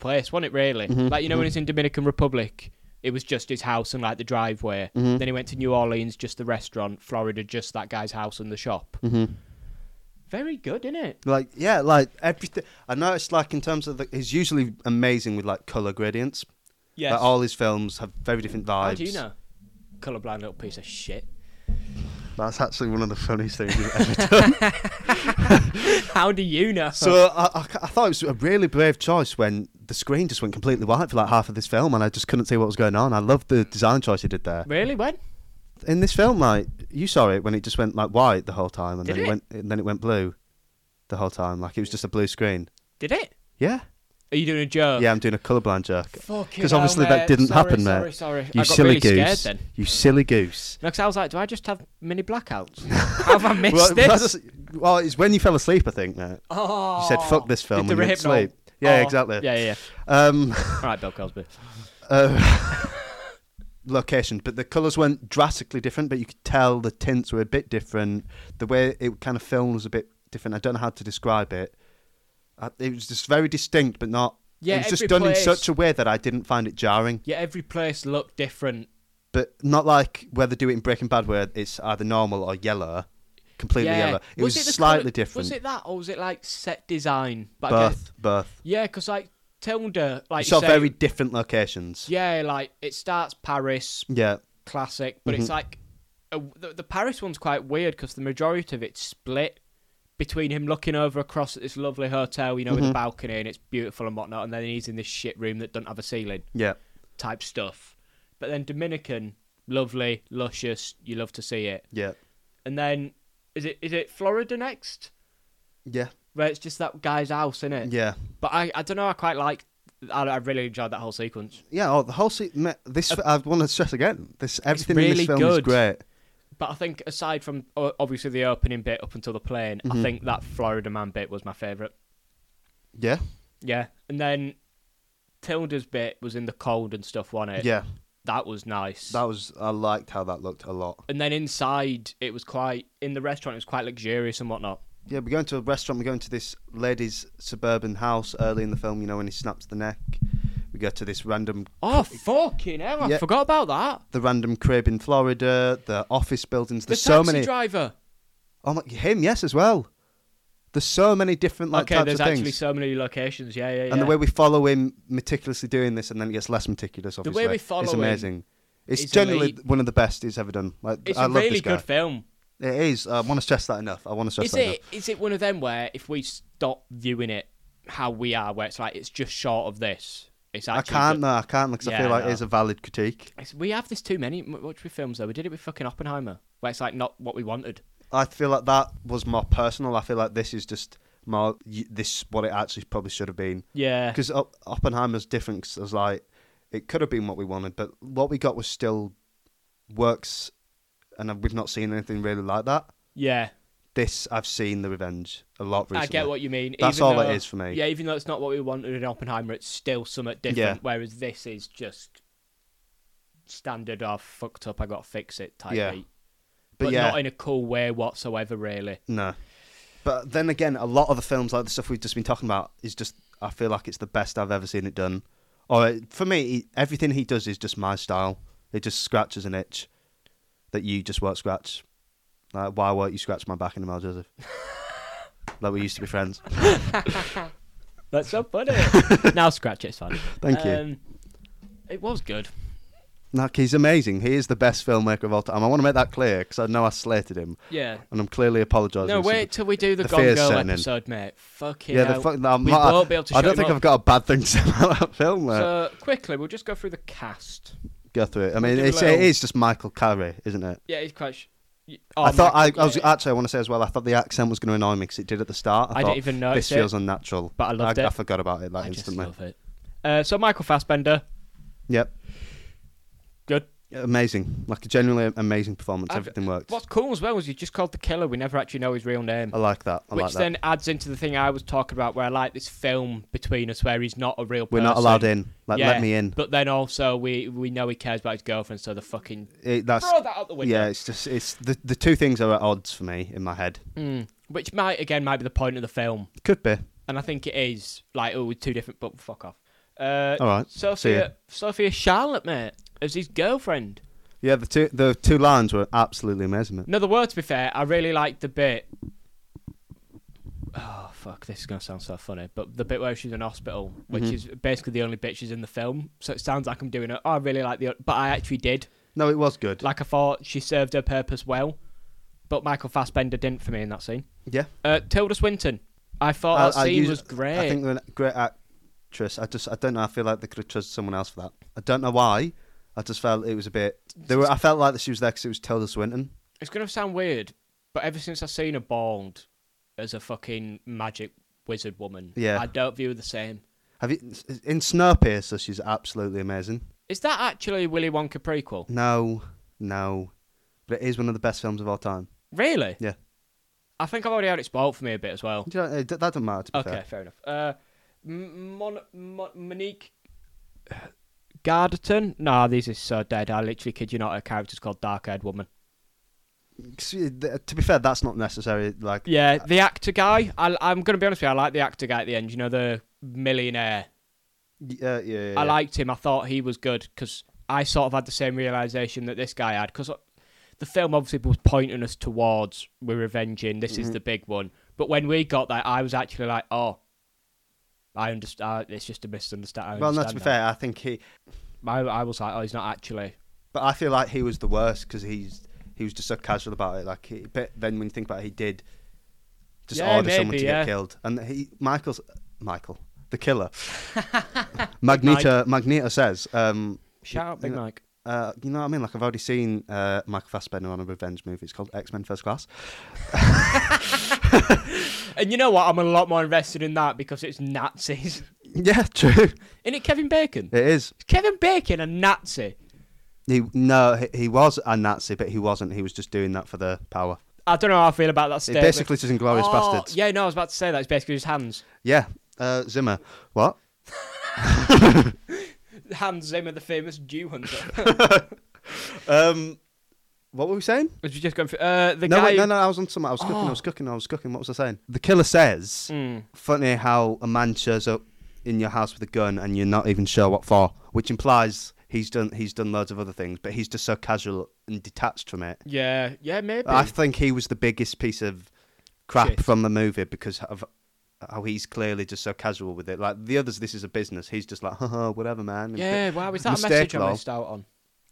S2: place, wasn't it? Really,
S1: Mm-hmm.
S2: like you know when it's in Dominican Republic, it was just his house and like the driveway.
S1: Mm-hmm.
S2: Then he went to New Orleans, just the restaurant. Florida, just that guy's house and the shop.
S1: Mm-hmm.
S2: Very good, isn't it?
S1: Like, yeah, like everything. I noticed, like, in terms of the. He's usually amazing with, like, colour gradients.
S2: Yes.
S1: Like, all his films have very different vibes.
S2: How do you know? Colorblind little piece of shit.
S1: That's actually one of the funniest things you've ever done.
S2: How do you know?
S1: so I, I, I thought it was a really brave choice when the screen just went completely white for, like, half of this film and I just couldn't see what was going on. I loved the design choice he did there.
S2: really, when?
S1: In this film, like, you saw it when it just went, like, white the whole time and
S2: Did
S1: then
S2: it?
S1: went and then it went blue the whole time. Like, it was just a blue screen.
S2: Did it?
S1: Yeah.
S2: Are you doing a joke?
S1: Yeah, I'm doing a colourblind jerk.
S2: Oh. Fucking
S1: 'Cause obviously
S2: hell,
S1: that
S2: mate.
S1: didn't
S2: Sorry,
S1: happen, mate.
S2: Sorry, sorry. I
S1: You
S2: got
S1: silly
S2: really
S1: goose.
S2: scared then.
S1: You silly goose.
S2: No, 'cause I was like, do I just have mini blackouts? How have I missed
S1: Well,
S2: this?
S1: that's- well, it's when you fell asleep, I think, mate.
S2: Oh.
S1: You said, fuck this film,
S2: Did
S1: and
S2: the
S1: you went to
S2: Hypno-
S1: sleep. Yeah,
S2: Oh.
S1: exactly.
S2: Yeah, yeah, yeah.
S1: Um,
S2: All right, Bill Cosby.
S1: uh, location, but the colours weren't drastically different, but you could tell the tints were a bit different. The way it kind of filmed was a bit different. I don't know how to describe it. Uh, It was just very distinct, but not.
S2: Yeah,
S1: it was just
S2: every
S1: done
S2: place-
S1: in such a way that I didn't find it jarring.
S2: Yeah, every place looked different.
S1: but not like where they do it in Breaking Bad, where it's either normal or yellow, completely
S2: yeah.
S1: yellow. It was,
S2: the
S1: slightly
S2: colour-
S1: different.
S2: Was it that, or was it like set design? But I guess,
S1: birth, birth.
S2: yeah, because like Tilda,
S1: You
S2: like
S1: saw
S2: say-
S1: very different locations.
S2: yeah, like it starts Paris,
S1: Yeah,
S2: classic, but
S1: Mm-hmm.
S2: it's like a, the, the Paris one's quite weird because the majority of it's split between him looking over across at this
S1: Mm-hmm.
S2: lovely hotel, you know, with a balcony and it's beautiful and whatnot, and then he's in this shit room that doesn't have a ceiling.
S1: yeah.
S2: type stuff. But then Dominican, lovely, luscious, you love to see it.
S1: Yeah.
S2: And then is it is it Florida next?
S1: Yeah.
S2: Where it's just that guy's house, is it?
S1: Yeah.
S2: But I, I don't know, I quite like I, I really enjoyed that whole sequence.
S1: Yeah. Oh, the whole se- me- this I want to stress again. This everything in
S2: really
S1: this film is
S2: good.
S1: great.
S2: But I think aside from o- obviously the opening bit up until the plane,
S1: Mm-hmm.
S2: I think that Florida man bit was my favourite.
S1: Yeah.
S2: Yeah. And then Tilda's bit was in the cold and stuff, wasn't it?
S1: Yeah.
S2: That was nice.
S1: That was I liked how that looked a lot.
S2: and then inside it was quite in the restaurant it was quite luxurious and whatnot.
S1: Yeah, we're going to a restaurant. We're going to this lady's suburban house early in the film. You know when he snaps the neck. We go to this random
S2: Oh fucking hell, I
S1: Yeah.
S2: forgot about that.
S1: the random crib in Florida. The office buildings.
S2: The
S1: There's so
S2: taxi
S1: many.
S2: driver.
S1: oh my, him yes as well. There's so many different like
S2: okay,
S1: types
S2: there's
S1: of
S2: actually
S1: things.
S2: so many locations. Yeah, yeah, yeah.
S1: And the way we follow him meticulously doing this, and then it gets less meticulous.
S2: way
S1: Obviously,
S2: we follow
S1: it's
S2: him
S1: amazing. It's
S2: is
S1: generally
S2: elite.
S1: one of the best he's ever done. Like
S2: it's
S1: I
S2: a
S1: love
S2: really
S1: this guy.
S2: good film.
S1: it is. I want to stress that enough. I want to stress
S2: Is
S1: that enough.
S2: it is it one of them where if we stop viewing it how we are, where it's like it's just short of this. It's
S1: I
S2: actually
S1: can't. No, I can't because I
S2: Yeah,
S1: feel like
S2: no.
S1: it is a valid critique.
S2: It's, we have this too many. M- What do we films though? We did it with fucking Oppenheimer, where it's like not what we wanted.
S1: I feel like that was more personal. I feel like this is just more. y- This what it actually probably should have been.
S2: Yeah,
S1: Because Oppenheimer's different. 'cause it was like it could have been what we wanted, but what we got was still works, and we've not seen anything really like that.
S2: yeah.
S1: This I've seen the revenge a lot recently.
S2: I get what you mean.
S1: That's
S2: even
S1: all
S2: though-
S1: it is for me.
S2: Yeah, even though it's not what we wanted in Oppenheimer, it's still somewhat different.
S1: Yeah.
S2: Whereas this is just standard. I've fucked up. I got to fix it type
S1: Yeah.
S2: beat.
S1: but,
S2: but
S1: yeah,
S2: not in a cool way whatsoever, really.
S1: no. But then again, a lot of the films, like the stuff we've just been talking about, is just I feel like it's the best I've ever seen it done. Or it- for me, he- everything he does is just my style. It just scratches an itch that you just won't scratch. Like why won't you scratch my back anymore, Joseph? like we used to be friends.
S2: That's so funny. now scratch it, it's fine.
S1: Thank you.
S2: Um, it was good.
S1: Like he's amazing. He is the best filmmaker of all time. I want to make that clear because I know I slated him,
S2: Yeah.
S1: and I'm clearly apologising.
S2: No,
S1: So-
S2: wait till we do the,
S1: the
S2: Gone
S1: fear's
S2: Girl
S1: setting in.
S2: episode, mate. Fucking
S1: Yeah, the
S2: hell.
S1: fuck, no, I'm
S2: we
S1: not-
S2: won't be able to
S1: I
S2: shut
S1: don't
S2: him
S1: think
S2: up.
S1: I've got a bad thing to say about that film. There.
S2: So quickly, we'll just go through the cast.
S1: Go through it. I
S2: We'll
S1: mean,
S2: give a
S1: it's,
S2: little-
S1: it is just Michael Carey, isn't it?
S2: Yeah, he's quite. Sh- y-
S1: I
S2: oh,
S1: thought I,
S2: my-
S1: I was
S2: yeah.
S1: actually I want to say as well. I thought the accent was going to annoy me because it did at the start.
S2: I
S1: thought,
S2: didn't even notice
S1: this
S2: it,
S1: feels unnatural,
S2: but I loved
S1: I
S2: it.
S1: forgot about it like
S2: I just
S1: instantly.
S2: love it. Uh, so Michael Fassbender,
S1: Yep,
S2: good.
S1: amazing. Like a genuinely amazing performance.
S2: I've-
S1: Everything worked.
S2: What's cool as well is he's just called the killer. We never actually know his real name.
S1: I like that. I
S2: which
S1: like that.
S2: then adds into the thing I was talking about, where I like this film between us, where he's not a real.
S1: We're not
S2: person.
S1: allowed in. Like,
S2: Yeah,
S1: let me in.
S2: But then also we we know he cares about his girlfriend, so the fucking
S1: It, that's
S2: throw that out the window.
S1: yeah. It's just it's the the two things are at odds for me in my head.
S2: Mm. Which might again might be the point of the film,
S1: Could be.
S2: and I think it is like oh we're two different, but fuck off. Uh,
S1: All right.
S2: Sophia Sophia Charlotte, mate, as his girlfriend.
S1: Yeah, the two the two lines were absolutely amazing.
S2: No, the word to be fair, I really liked the bit. Oh fuck, this is gonna sound so funny, but the bit where she's in hospital, which
S1: Mhm.
S2: is basically the only bit she's in the film, so it sounds like I'm doing it. Oh, I really like the, but I actually did.
S1: No, it was good.
S2: Like I thought she served her purpose well, but Michael Fassbender didn't for me in that scene.
S1: yeah.
S2: Uh, Tilda Swinton, I thought
S1: I-
S2: that
S1: I
S2: scene
S1: use-
S2: was great.
S1: I think they're a great actress. I just I don't know. I feel like they could have trusted someone else for that. I don't know why. I just felt it was a bit. They were. I felt like that she was there because it was Tilda Swinton.
S2: It's gonna sound weird, but ever since I've seen her bald as a fucking magic wizard woman,
S1: Yeah.
S2: I don't view her the same.
S1: Have you in Snowpiercer? She's absolutely amazing.
S2: Is that actually Willy Wonka prequel?
S1: No, no, but it is one of the best films of all time.
S2: Really?
S1: Yeah.
S2: I think I've already had it spoiled for me a bit as well.
S1: Do you know, eh, that doesn't matter. To be
S2: Okay,
S1: fair.
S2: fair enough. Uh, M- Mon- Mon- Monique Garderton? Nah, this is so dead. I literally kid you not. Her character's called Dark Haired Woman.
S1: 'Cause, eh, th- To be fair, that's not necessary. Like,
S2: Yeah, the actor guy. I, I'm gonna be honest with you. I like the actor guy at the end. You know, the millionaire.
S1: y- eh, yeah, yeah, yeah.
S2: I liked him. I thought he was good because I sort of had the same realization that this guy had because the film obviously was pointing us towards we're revenging. This
S1: Mm-hmm.
S2: is the big one. But when we got that, I was actually like, oh, I understand. It's just a misunderstanding.
S1: Well, no. To be fair, I think he.
S2: I, I was like, oh, he's not actually.
S1: But I feel like he was the worst because he's he was just so casual about it. Like, he, but then when you think about it, he did just
S2: Yeah,
S1: order someone
S2: maybe,
S1: to
S2: yeah.
S1: get killed, and he Michael's Michael the killer. Magneto Magneto says, um,
S2: Shout out Big
S1: Yeah.
S2: Mike.
S1: Uh, you know what I mean? Like I've already seen uh, Michael Fassbender on a revenge movie. It's called X Men First Class.
S2: And you know what? I'm a lot more invested in that because it's Nazis.
S1: Yeah, true.
S2: Isn't it Kevin Bacon?
S1: It is.
S2: Is Kevin Bacon a Nazi?
S1: He no, he, he was a Nazi, but he wasn't. He was just doing that for the power.
S2: I don't know how I feel about that
S1: It
S2: statement.
S1: basically just Inglorious
S2: Oh,
S1: Bastards. Yeah.
S2: Yeah, no, I was about to say that. It's basically just Hans.
S1: Uh, Zimmer. What?
S2: Hans Zimmer, the famous Jew hunter.
S1: Um, what were we saying?
S2: Was you just going for uh, the
S1: no,
S2: guy?
S1: wait, no,
S2: who-
S1: no. I was on something. I was cooking. I
S2: Oh.
S1: was cooking. I was cooking. What was I saying? The killer says,
S2: Mm.
S1: "Funny how a man shows up in your house with a gun and you're not even sure what for," which implies he's done he's done loads of other things, but he's just so casual and detached from it.
S2: Yeah, yeah, maybe.
S1: Ah, I think he was the biggest piece of crap
S2: Shit.
S1: from the movie because of how he's clearly just so casual with it. Like the others, this is a business. He's just like, haha, whatever, man. and
S2: yeah, wow, is that
S1: Mistake
S2: a message
S1: law.
S2: I missed out on?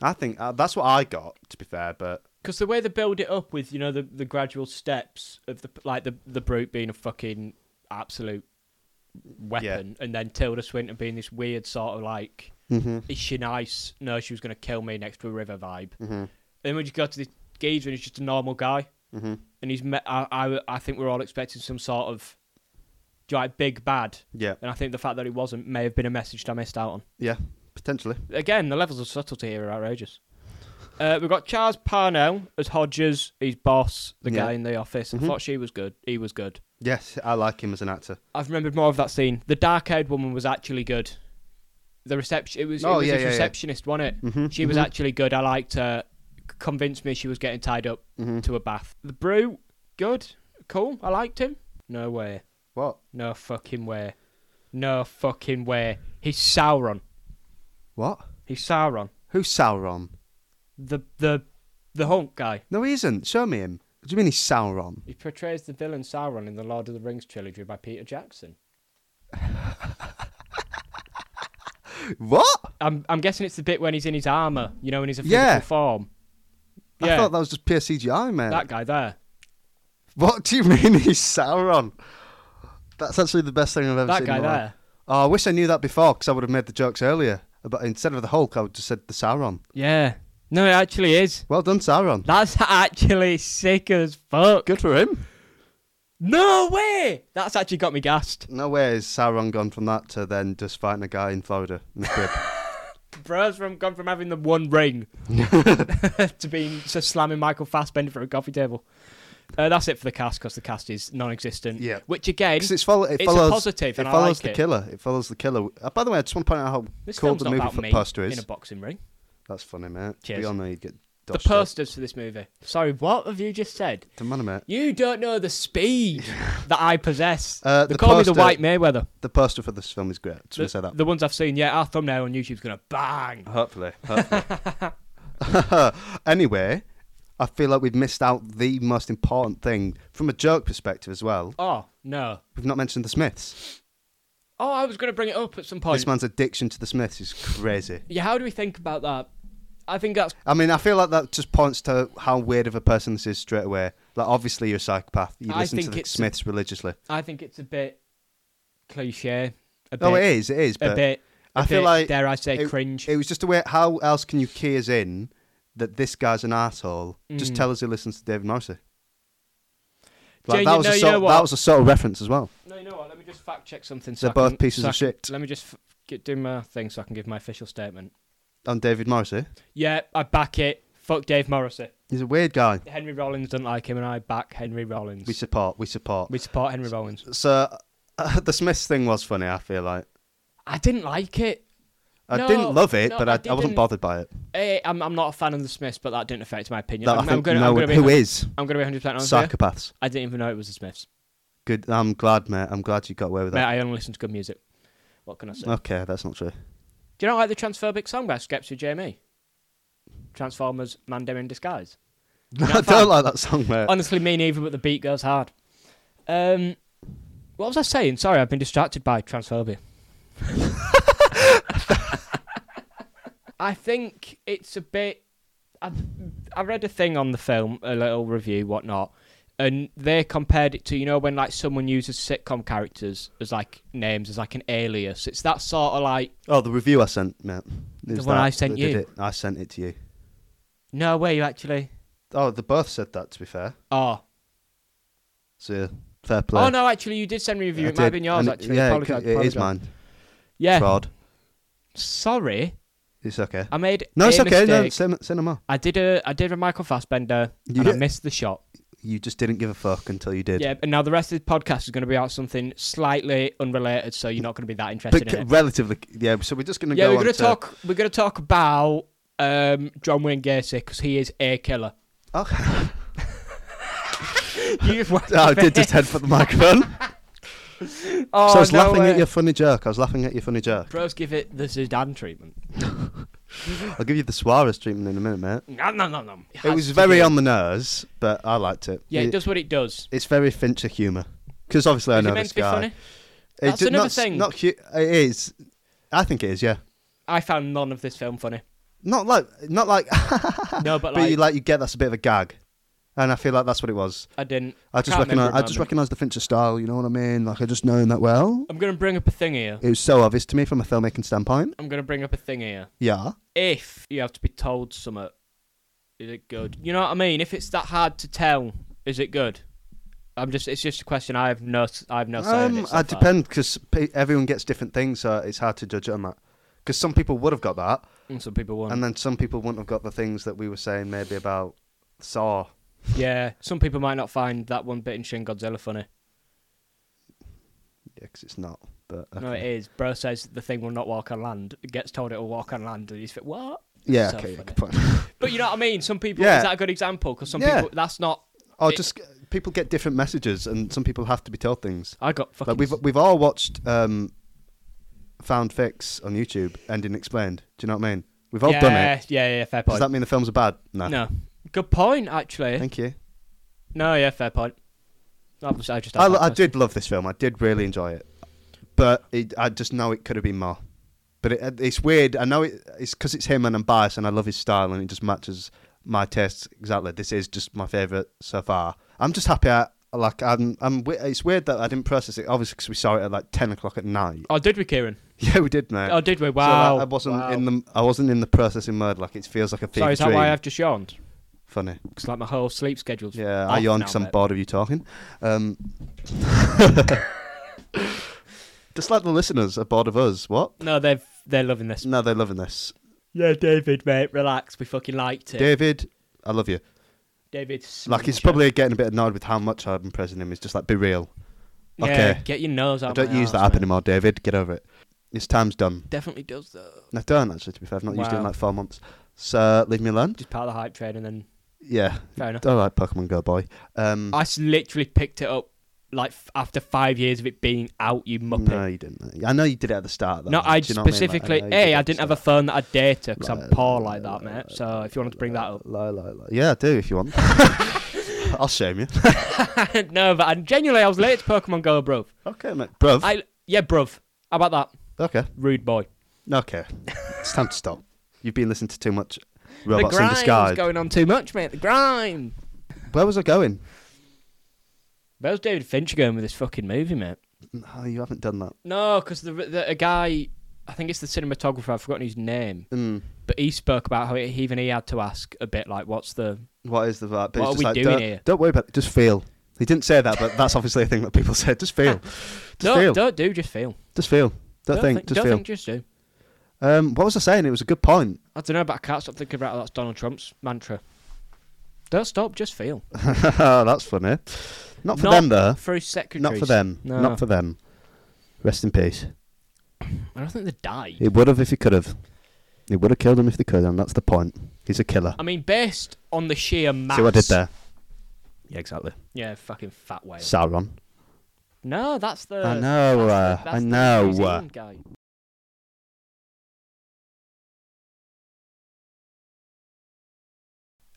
S1: I think uh, that's what I got. To be fair, but
S2: Because the way they build it up with you know the, the gradual steps of the like the the brute being a fucking absolute weapon, and then Tilda Swinton being this weird sort of like
S1: mm-hmm.
S2: is she nice? No, she was gonna kill me next to a river vibe.
S1: Mm-hmm.
S2: Then when you go to the geezer, and he's just a normal guy,
S1: Mm-hmm.
S2: and he's met. I I, I think we're all expecting some sort of like big bad,
S1: yeah,
S2: and I think the fact that it wasn't may have been a message that I missed out on.
S1: yeah, potentially.
S2: again, the levels of subtlety here are outrageous. Uh, we've got Charles Parnell as Hodges, his boss, the
S1: Yeah.
S2: guy in the office. I
S1: Mhm.
S2: thought she was good. He was good.
S1: Yes, I like him as an actor.
S2: I've remembered more of that scene. The dark-haired woman was actually good. The reception, it was,
S1: Oh,
S2: it was
S1: yeah,
S2: his
S1: yeah, yeah.
S2: receptionist, wasn't it?
S1: Mhm,
S2: She was
S1: mhm.
S2: actually good. I liked her. C- Convinced me she was getting tied up
S1: Mhm.
S2: to a bath. The brew, good, cool. I liked him. No way.
S1: What?
S2: No fucking way. No fucking way. He's Sauron.
S1: What?
S2: He's Sauron.
S1: Who's Sauron?
S2: The the the hunk guy.
S1: No, he isn't. Show me him. What do you mean he's Sauron?
S2: He portrays the villain Sauron in the Lord of the Rings trilogy by Peter Jackson.
S1: What?
S2: I'm I'm guessing it's the bit when he's in his armor, you know, when he's a physical
S1: Yeah.
S2: form.
S1: I
S2: Yeah.
S1: thought that was just pure CGI, man.
S2: That guy there.
S1: What do you mean he's Sauron? That's actually the best thing I've ever
S2: That
S1: seen.
S2: guy
S1: in my life.
S2: there.
S1: Oh, I wish I knew that before because I would have made the jokes earlier. But instead of the Hulk, I would just said the Sauron.
S2: Yeah. No, it actually is.
S1: Well done, Sauron.
S2: That's actually sick as fuck.
S1: Good for him.
S2: No way! That's actually got me gassed.
S1: No way is Sauron gone from that to then just fighting a guy in Florida in the crib.
S2: Bro's from gone from having the one ring to being to slamming Michael Fassbender for a coffee table. Uh, that's it for the cast because the cast is non-existent.
S1: Yeah.
S2: Which again,
S1: 'Cause it's follow, it
S2: It's a
S1: follows,
S2: positive,
S1: It
S2: and I
S1: follows
S2: like
S1: the
S2: it.
S1: killer. It follows the killer. Uh, by the way, I just want to point out how
S2: this
S1: cool
S2: film's
S1: the
S2: not
S1: movie
S2: about
S1: for
S2: me
S1: poster
S2: in a
S1: is.
S2: boxing ring.
S1: That's funny, mate.
S2: Cheers.
S1: We all know you get
S2: the
S1: dodged up.
S2: posters for this movie. Sorry, what have you just said?
S1: Come on, mate.
S2: You don't know the speed that I possess.
S1: Uh,
S2: they
S1: the
S2: call me
S1: poster-
S2: the White Mayweather.
S1: The poster for this film is great. Just
S2: The,
S1: want to say that. Uh.
S2: the ones I've seen, yeah, our thumbnail on YouTube's gonna bang.
S1: Hopefully. hopefully. anyway, I feel like we've missed out the most important thing from a joke perspective as well.
S2: Oh no.
S1: We've not mentioned the Smiths.
S2: Oh, I was gonna bring it up at some point.
S1: This man's addiction to the Smiths is crazy.
S2: yeah, how do we think about that? I think that's
S1: I mean, I feel like that just points to how weird of a person this is straight away. Like, obviously, you're a psychopath. You
S2: I
S1: listen to
S2: think
S1: the
S2: it's-
S1: Smiths religiously.
S2: I think it's a bit cliche. A bit,
S1: Oh, it is, it is.
S2: a
S1: But
S2: bit
S1: I
S2: a
S1: feel
S2: bit,
S1: like
S2: dare I say
S1: it-
S2: cringe.
S1: it was just a way. How else can you key us in that this guy's an asshole? Just
S2: Mm.
S1: tell us he listens to David Morrissey.
S2: Yeah,
S1: Like,
S2: you
S1: that, was
S2: know-
S1: a
S2: you
S1: sort,
S2: know
S1: that
S2: what?
S1: was a sort of reference as well.
S2: No, you know what? Let me just fact check something.
S1: They're
S2: I can-
S1: both pieces
S2: so
S1: of
S2: I can-
S1: shit.
S2: Let me just f- get, do my thing so I can give my official statement.
S1: on David Morrissey.
S2: Yeah, I back it. Fuck Dave Morrissey.
S1: He's a weird guy.
S2: Henry Rollins doesn't like him, and I back Henry Rollins.
S1: We
S2: We,
S1: support. We support.
S2: support Henry Rollins.
S1: so uh, the Smiths thing was funny. I feel like
S2: I didn't like it.
S1: I
S2: No,
S1: didn't love it,
S2: no,
S1: but
S2: I
S1: I, I, wasn't
S2: didn't.
S1: bothered by it.
S2: Eh, I'm, I'm not a fan of the Smiths, but that didn't affect my opinion.
S1: That
S2: I'm,
S1: I
S2: I'm
S1: think
S2: gonna,
S1: no
S2: I'm
S1: one
S2: gonna be
S1: who
S2: 100
S1: is
S2: I'm gonna be 100 percent honest. with you.
S1: psychopaths.
S2: I didn't even know it was the Smiths.
S1: Good. I'm glad, mate. I'm glad you got away with
S2: Mate,
S1: that.
S2: I only listen to good music. What can I say?
S1: Okay, that's not true.
S2: Do you not like the transphobic song by Skepta JME? Transformers: Mandem in Disguise.
S1: I
S2: You're not a
S1: don't
S2: fan?
S1: like that song, mate.
S2: Honestly, me neither, but the beat goes hard. Um, what was I saying? Sorry, I've been distracted by transphobia. I think it's a bit. I, I read a thing on the film, a little review, whatnot, and they compared it to you know when like someone uses sitcom characters as like names as like an alias. It's that sort of like
S1: Oh, the review I sent, mate. It was
S2: one
S1: that
S2: I sent
S1: that did
S2: you.
S1: it. I sent it to you.
S2: No way, you actually.
S1: Oh, they both said that. To be fair,
S2: Oh.
S1: so fair play.
S2: Oh no, actually, you did send me a review.
S1: I
S2: it might have
S1: did.
S2: been yours
S1: And it-
S2: actually.
S1: Yeah,
S2: Apologise,
S1: it, it is
S2: apologise.
S1: mine.
S2: Yeah. Uh,
S1: Fraud.
S2: Sorry,
S1: It's okay.
S2: I made.
S1: No,
S2: a
S1: it's okay. No,
S2: mistake.
S1: cinema. cinema.
S2: I did a I did a Michael Fassbender and I
S1: Yeah.
S2: missed the shot.
S1: You just didn't give a fuck until you did.
S2: Yeah, and now the rest of the podcast is going to be about something slightly unrelated, so you're not going to be that interested
S1: but
S2: in it.
S1: relatively. Yeah. So we're just gonna
S2: Yeah,
S1: go
S2: we're
S1: on
S2: going to
S1: to
S2: talk. We're going to talk about um, John Wayne Gacy because he is a killer.
S1: Oh,
S2: You just whacked
S1: oh, I
S2: your
S1: did
S2: face.
S1: just head for the microphone.
S2: Oh,
S1: so I was
S2: no
S1: laughing at
S2: way.
S1: your funny joke. I was laughing at your funny joke.
S2: Bros, give it the Zidane treatment.
S1: I'll give you the Suarez treatment in a minute, mate.
S2: No, no, no, no.
S1: It
S2: has
S1: was
S2: to
S1: very
S2: be-
S1: on the nose, but I liked it.
S2: Yeah, it
S1: It-
S2: does what it does.
S1: It's very Fincher humour. Because obviously I
S2: Is it
S1: know
S2: meant
S1: this
S2: to be
S1: guy.
S2: funny?
S1: It
S2: That's
S1: did
S2: another
S1: not, s-
S2: thing.
S1: Not hu- it is. I think it is. Yeah.
S2: I found none of this film funny.
S1: Not like not like,
S2: No, but
S1: but you
S2: like,
S1: like you get that's a bit of a gag, and I feel like that's what it was.
S2: I didn't.
S1: I just
S2: can't
S1: recognize
S2: remember
S1: I
S2: at the
S1: just
S2: moment.
S1: recognize the Fincher style. You know what I mean? Like I just know him that well.
S2: I'm going to bring up a thing here.
S1: It was so obvious to me from a filmmaking standpoint.
S2: I'm going to bring up a thing here.
S1: Yeah.
S2: if you have to be told something, is it good? You know what I mean? If it's that hard to tell, is it good? I'm just. It's just a question. I have no. I have no say in
S1: Um,
S2: it. So
S1: I
S2: far.
S1: depend because everyone gets different things, so it's hard to judge it on that. Because some people would have got that,
S2: And Some people won't.
S1: and then some people wouldn't have got the things that we were saying maybe about Saw.
S2: yeah. Some people might not find that one bit in Shin Godzilla funny.
S1: Yeah, 'cause it's not. But uh,
S2: No, it
S1: okay.
S2: is. Bro says the thing will not walk on land. Gets told it will walk on land, and he's like, "What?"
S1: yeah,
S2: so
S1: okay,
S2: funny.
S1: good point.
S2: But you know what I mean. Some people.
S1: Yeah.
S2: Is that a good example? Because some
S1: Yeah.
S2: people. That's not.
S1: Or
S2: It-
S1: just people get different messages, and some people have to be told things.
S2: I got fucking.
S1: Like we've we've all watched um, Found Fix on YouTube, Ending Explained. Do you know what I mean? We've all
S2: yeah,
S1: done it.
S2: Yeah. Yeah. Fair
S1: Does
S2: point.
S1: that mean the films are bad? No.
S2: no. Good point. Actually.
S1: Thank you.
S2: No. Yeah. Fair point. I was- I just.
S1: I, lo- I
S2: did.
S1: did love this film. I did really enjoy it, but it, I just know it could have been more. But it, uh, it's weird. I know it, it's because it's him, and I'm biased, and I love his style, and it just matches my tastes exactly. This is just my favorite so far. I'm just happy. I, like I'm, I'm. we- It's weird that I didn't process it. Obviously, because we saw it at like ten o'clock at night.
S2: Oh, did we, Kieran?
S1: Yeah, we did, mate.
S2: Oh, did we?
S1: So, like,
S2: Wow.
S1: I wasn't
S2: Wow.
S1: in the. I wasn't in the processing mode. Like it feels like a fever
S2: Sorry, is that
S1: dream.
S2: why I've just yawned?
S1: Funny.
S2: Because like my whole sleep schedule's
S1: Yeah,
S2: off
S1: I yawned
S2: now,
S1: because I'm
S2: mate.
S1: bored of you talking. Um, just like the listeners are bored of us. What?
S2: No, they're they're loving this.
S1: No, they're loving this.
S2: Yeah, David, mate, relax. We fucking liked it.
S1: David, I love you. Like,
S2: David,
S1: he's
S2: smash it.
S1: probably getting a bit annoyed with how much I'm impressing him. He's just like, be real.
S2: Yeah,
S1: okay.
S2: Get your nose out.
S1: I
S2: of
S1: don't
S2: my
S1: use that
S2: arse,
S1: app
S2: mate. Oh,
S1: anymore, David. Get over it. His time's done.
S2: Definitely does though.
S1: I don't, actually, to be fair. I've not used it in
S2: Wow.
S1: like four months. So, leave me alone.
S2: Just part of the hype train, and then
S1: Yeah.
S2: fair enough.
S1: All right, Pokemon Go, boy. Um,
S2: I s- literally picked it up like f- after five years of it being out. You muppet.
S1: no, you didn't. I know you did it at the start, though.
S2: No, I
S1: Do you know what mean? Like,
S2: specifically,
S1: know you did
S2: hey,
S1: it
S2: I
S1: at the
S2: didn't have a
S1: start.
S2: phone that I data because
S1: Lie,
S2: I'm poor
S1: lie,
S2: like that,
S1: lie,
S2: mate. So if you wanted to bring that up,
S1: Lie, lie, lie. Yeah, I do if you want. I'll shame you.
S2: no, but I, genuinely, I was late to Pokemon Go, bruv.
S1: Okay, mate. Bruv.
S2: I yeah, bruv. How about that,
S1: Okay.
S2: rude boy?
S1: Okay. It's time to stop. You've been listening to too much Robots
S2: the
S1: in
S2: grind's
S1: Disguise.
S2: going on too much, mate. The grind.
S1: Where was I going?
S2: Where's David Fincher going with this fucking movie, mate?
S1: No, Oh, you haven't done that.
S2: No, because the, the a guy, I think it's the cinematographer. I've forgotten his name,
S1: Mm.
S2: but he spoke about how he, even he had to ask a bit like, "What's the?"
S1: What is the vibe? But
S2: What
S1: it's
S2: are
S1: just
S2: we
S1: like,
S2: doing
S1: don't,
S2: here?
S1: Don't worry about it. Just feel. He didn't say that, but that's obviously a thing that people said. Just feel. Just
S2: Don't
S1: feel.
S2: don't do, just feel.
S1: Just feel. Don't, think. Just
S2: don't
S1: feel.
S2: think, just do.
S1: Um, what was I saying? It was a good point.
S2: I don't know, but I can't stop thinking about how that's Donald Trump's mantra. Don't stop, just feel.
S1: that's funny. Not for
S2: Not
S1: them, though.
S2: For his secretaries.
S1: Not for them.
S2: No.
S1: Not for them. Rest in peace.
S2: I don't think they died.
S1: He would have if he could have. He would have killed him if they could, and that's the point. He's a killer.
S2: I mean, based on the sheer mass.
S1: See what I did there? Yeah, exactly.
S2: Yeah, fucking fat whale.
S1: Sauron.
S2: No, that's the.
S1: I know. Uh,
S2: that's the-
S1: I
S2: that's the
S1: know.
S2: New
S1: uh,
S2: Zealand guy.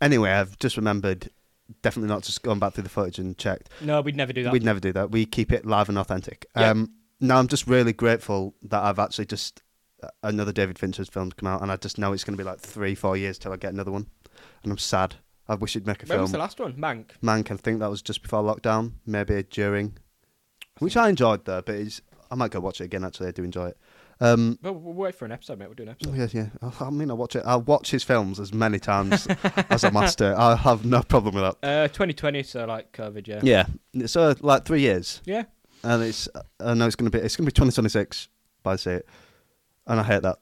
S1: Anyway, I've just remembered. Definitely not just gone back through the footage and checked.
S2: No, we'd never do that.
S1: We'd never do that. We keep it live and authentic.
S2: Yeah.
S1: Um, now I'm just really grateful that I've actually just uh, another David Fincher's film's come out, and I just know it's going to be like three, four years till I get another one, and I'm sad. I wish he'd make a
S2: when was the
S1: film.
S2: last one? Mank.
S1: Man can think that was just before lockdown, maybe during, which I enjoyed though. But it's, I might go watch it again. Actually, I do enjoy it. Um,
S2: Well, we'll wait for an episode, mate. We'll do an episode.
S1: yeah, yeah. I, I mean, I watch it. I watch his films as many times as I must do. I have no problem with that.
S2: Uh, 2020, so like COVID, yeah.
S1: Yeah. So like three years,
S2: Yeah.
S1: and it's I know it's gonna be it's gonna be 2026 by say it, and I hate that.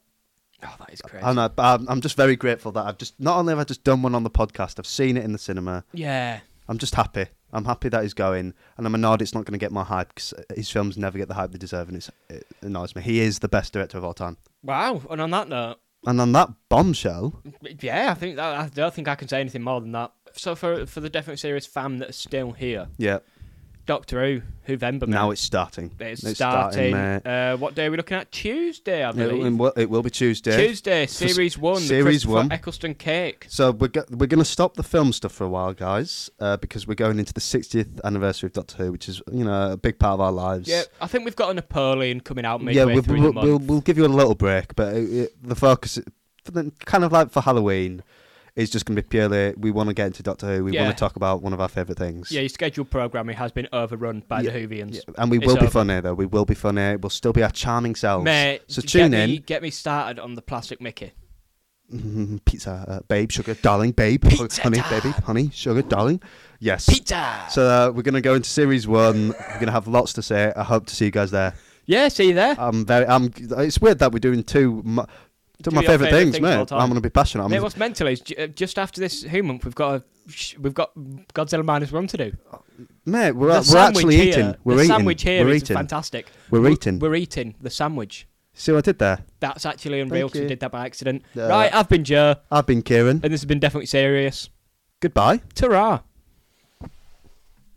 S2: Oh, that is crazy.
S1: And I, I'm I'm just very grateful that I've just not only have I just done one on the podcast, I've seen it in the cinema.
S2: Yeah.
S1: I'm just happy. I'm happy that he's going, and I'm annoyed it's not going to get my hype because his films never get the hype they deserve, and it's, it annoys me. He is the best director of all time.
S2: Wow. And on that note,
S1: And on that bombshell,
S2: yeah, I think that, I don't think I can say anything more than that. So for for the Definite Series fam that are still here,
S1: yeah,
S2: Doctor Who, who Vember
S1: now it's starting.
S2: it's, starting. uh, what day are we looking at? Tuesday, I
S1: mate. It,
S2: believe.
S1: will- it will be Tuesday.
S2: Tuesday, Series One, the
S1: Series
S2: Christopher
S1: One.
S2: Eccleston Cake.
S1: So we're go- we're going to stop the film stuff for a while, guys, uh, because we're going into the 60th anniversary of Doctor Who, which is you know a big part of our lives.
S2: Yeah, I think we've got a Napoleon coming out midway
S1: yeah, we'll,
S2: through
S1: we'll,
S2: the month.
S1: we'll we'll give you a little break, but it, it, the focus, for the, kind of like for Halloween, is just going to be purely we want to get into Doctor Who, we
S2: Yeah.
S1: want to talk about one of our favorite things.
S2: yeah, your scheduled programming has been overrun by
S1: Yeah,
S2: the Hoovians.
S1: Yeah, and we
S2: It's
S1: will be
S2: over.
S1: funny though. We will be funny. We'll still be our charming selves.
S2: Mate,
S1: so
S2: get
S1: tune
S2: me-
S1: in,
S2: get me started on the Plastic Mickey.
S1: Mhm, pizza, uh, babe, sugar, darling, babe,
S2: Pizza
S1: honey,
S2: time.
S1: baby, honey, sugar, darling. Yes.
S2: Pizza.
S1: So uh, we're gonna go into series one. We're gonna have lots to say. I hope to see you guys there.
S2: yeah, see you there.
S1: I'm very. I'm. It's weird that we're doing two. mu- Two
S2: Two
S1: of my
S2: of your
S1: favorite
S2: favourite
S1: things,
S2: things of all
S1: mate.
S2: time.
S1: I'm gonna be passionate. I'm
S2: Mate, what's mental is ju- uh, just after this Who month, we've got a, sh- we've got Godzilla minus one to do.
S1: Mate, we're,
S2: The
S1: we're
S2: sandwich
S1: actually
S2: here-
S1: eating. We're
S2: the
S1: eating.
S2: sandwich here
S1: we're
S2: is
S1: eating.
S2: fantastic.
S1: We're
S2: We-
S1: eating.
S2: We're eating the sandwich.
S1: See what I did there?
S2: That's actually unreal. 'cause We
S1: you.
S2: did that by accident.
S1: Yeah.
S2: right, I've been Joe, Uh,
S1: I've been Kieran.
S2: and this has been definitely serious.
S1: Goodbye.
S2: Ta-ra.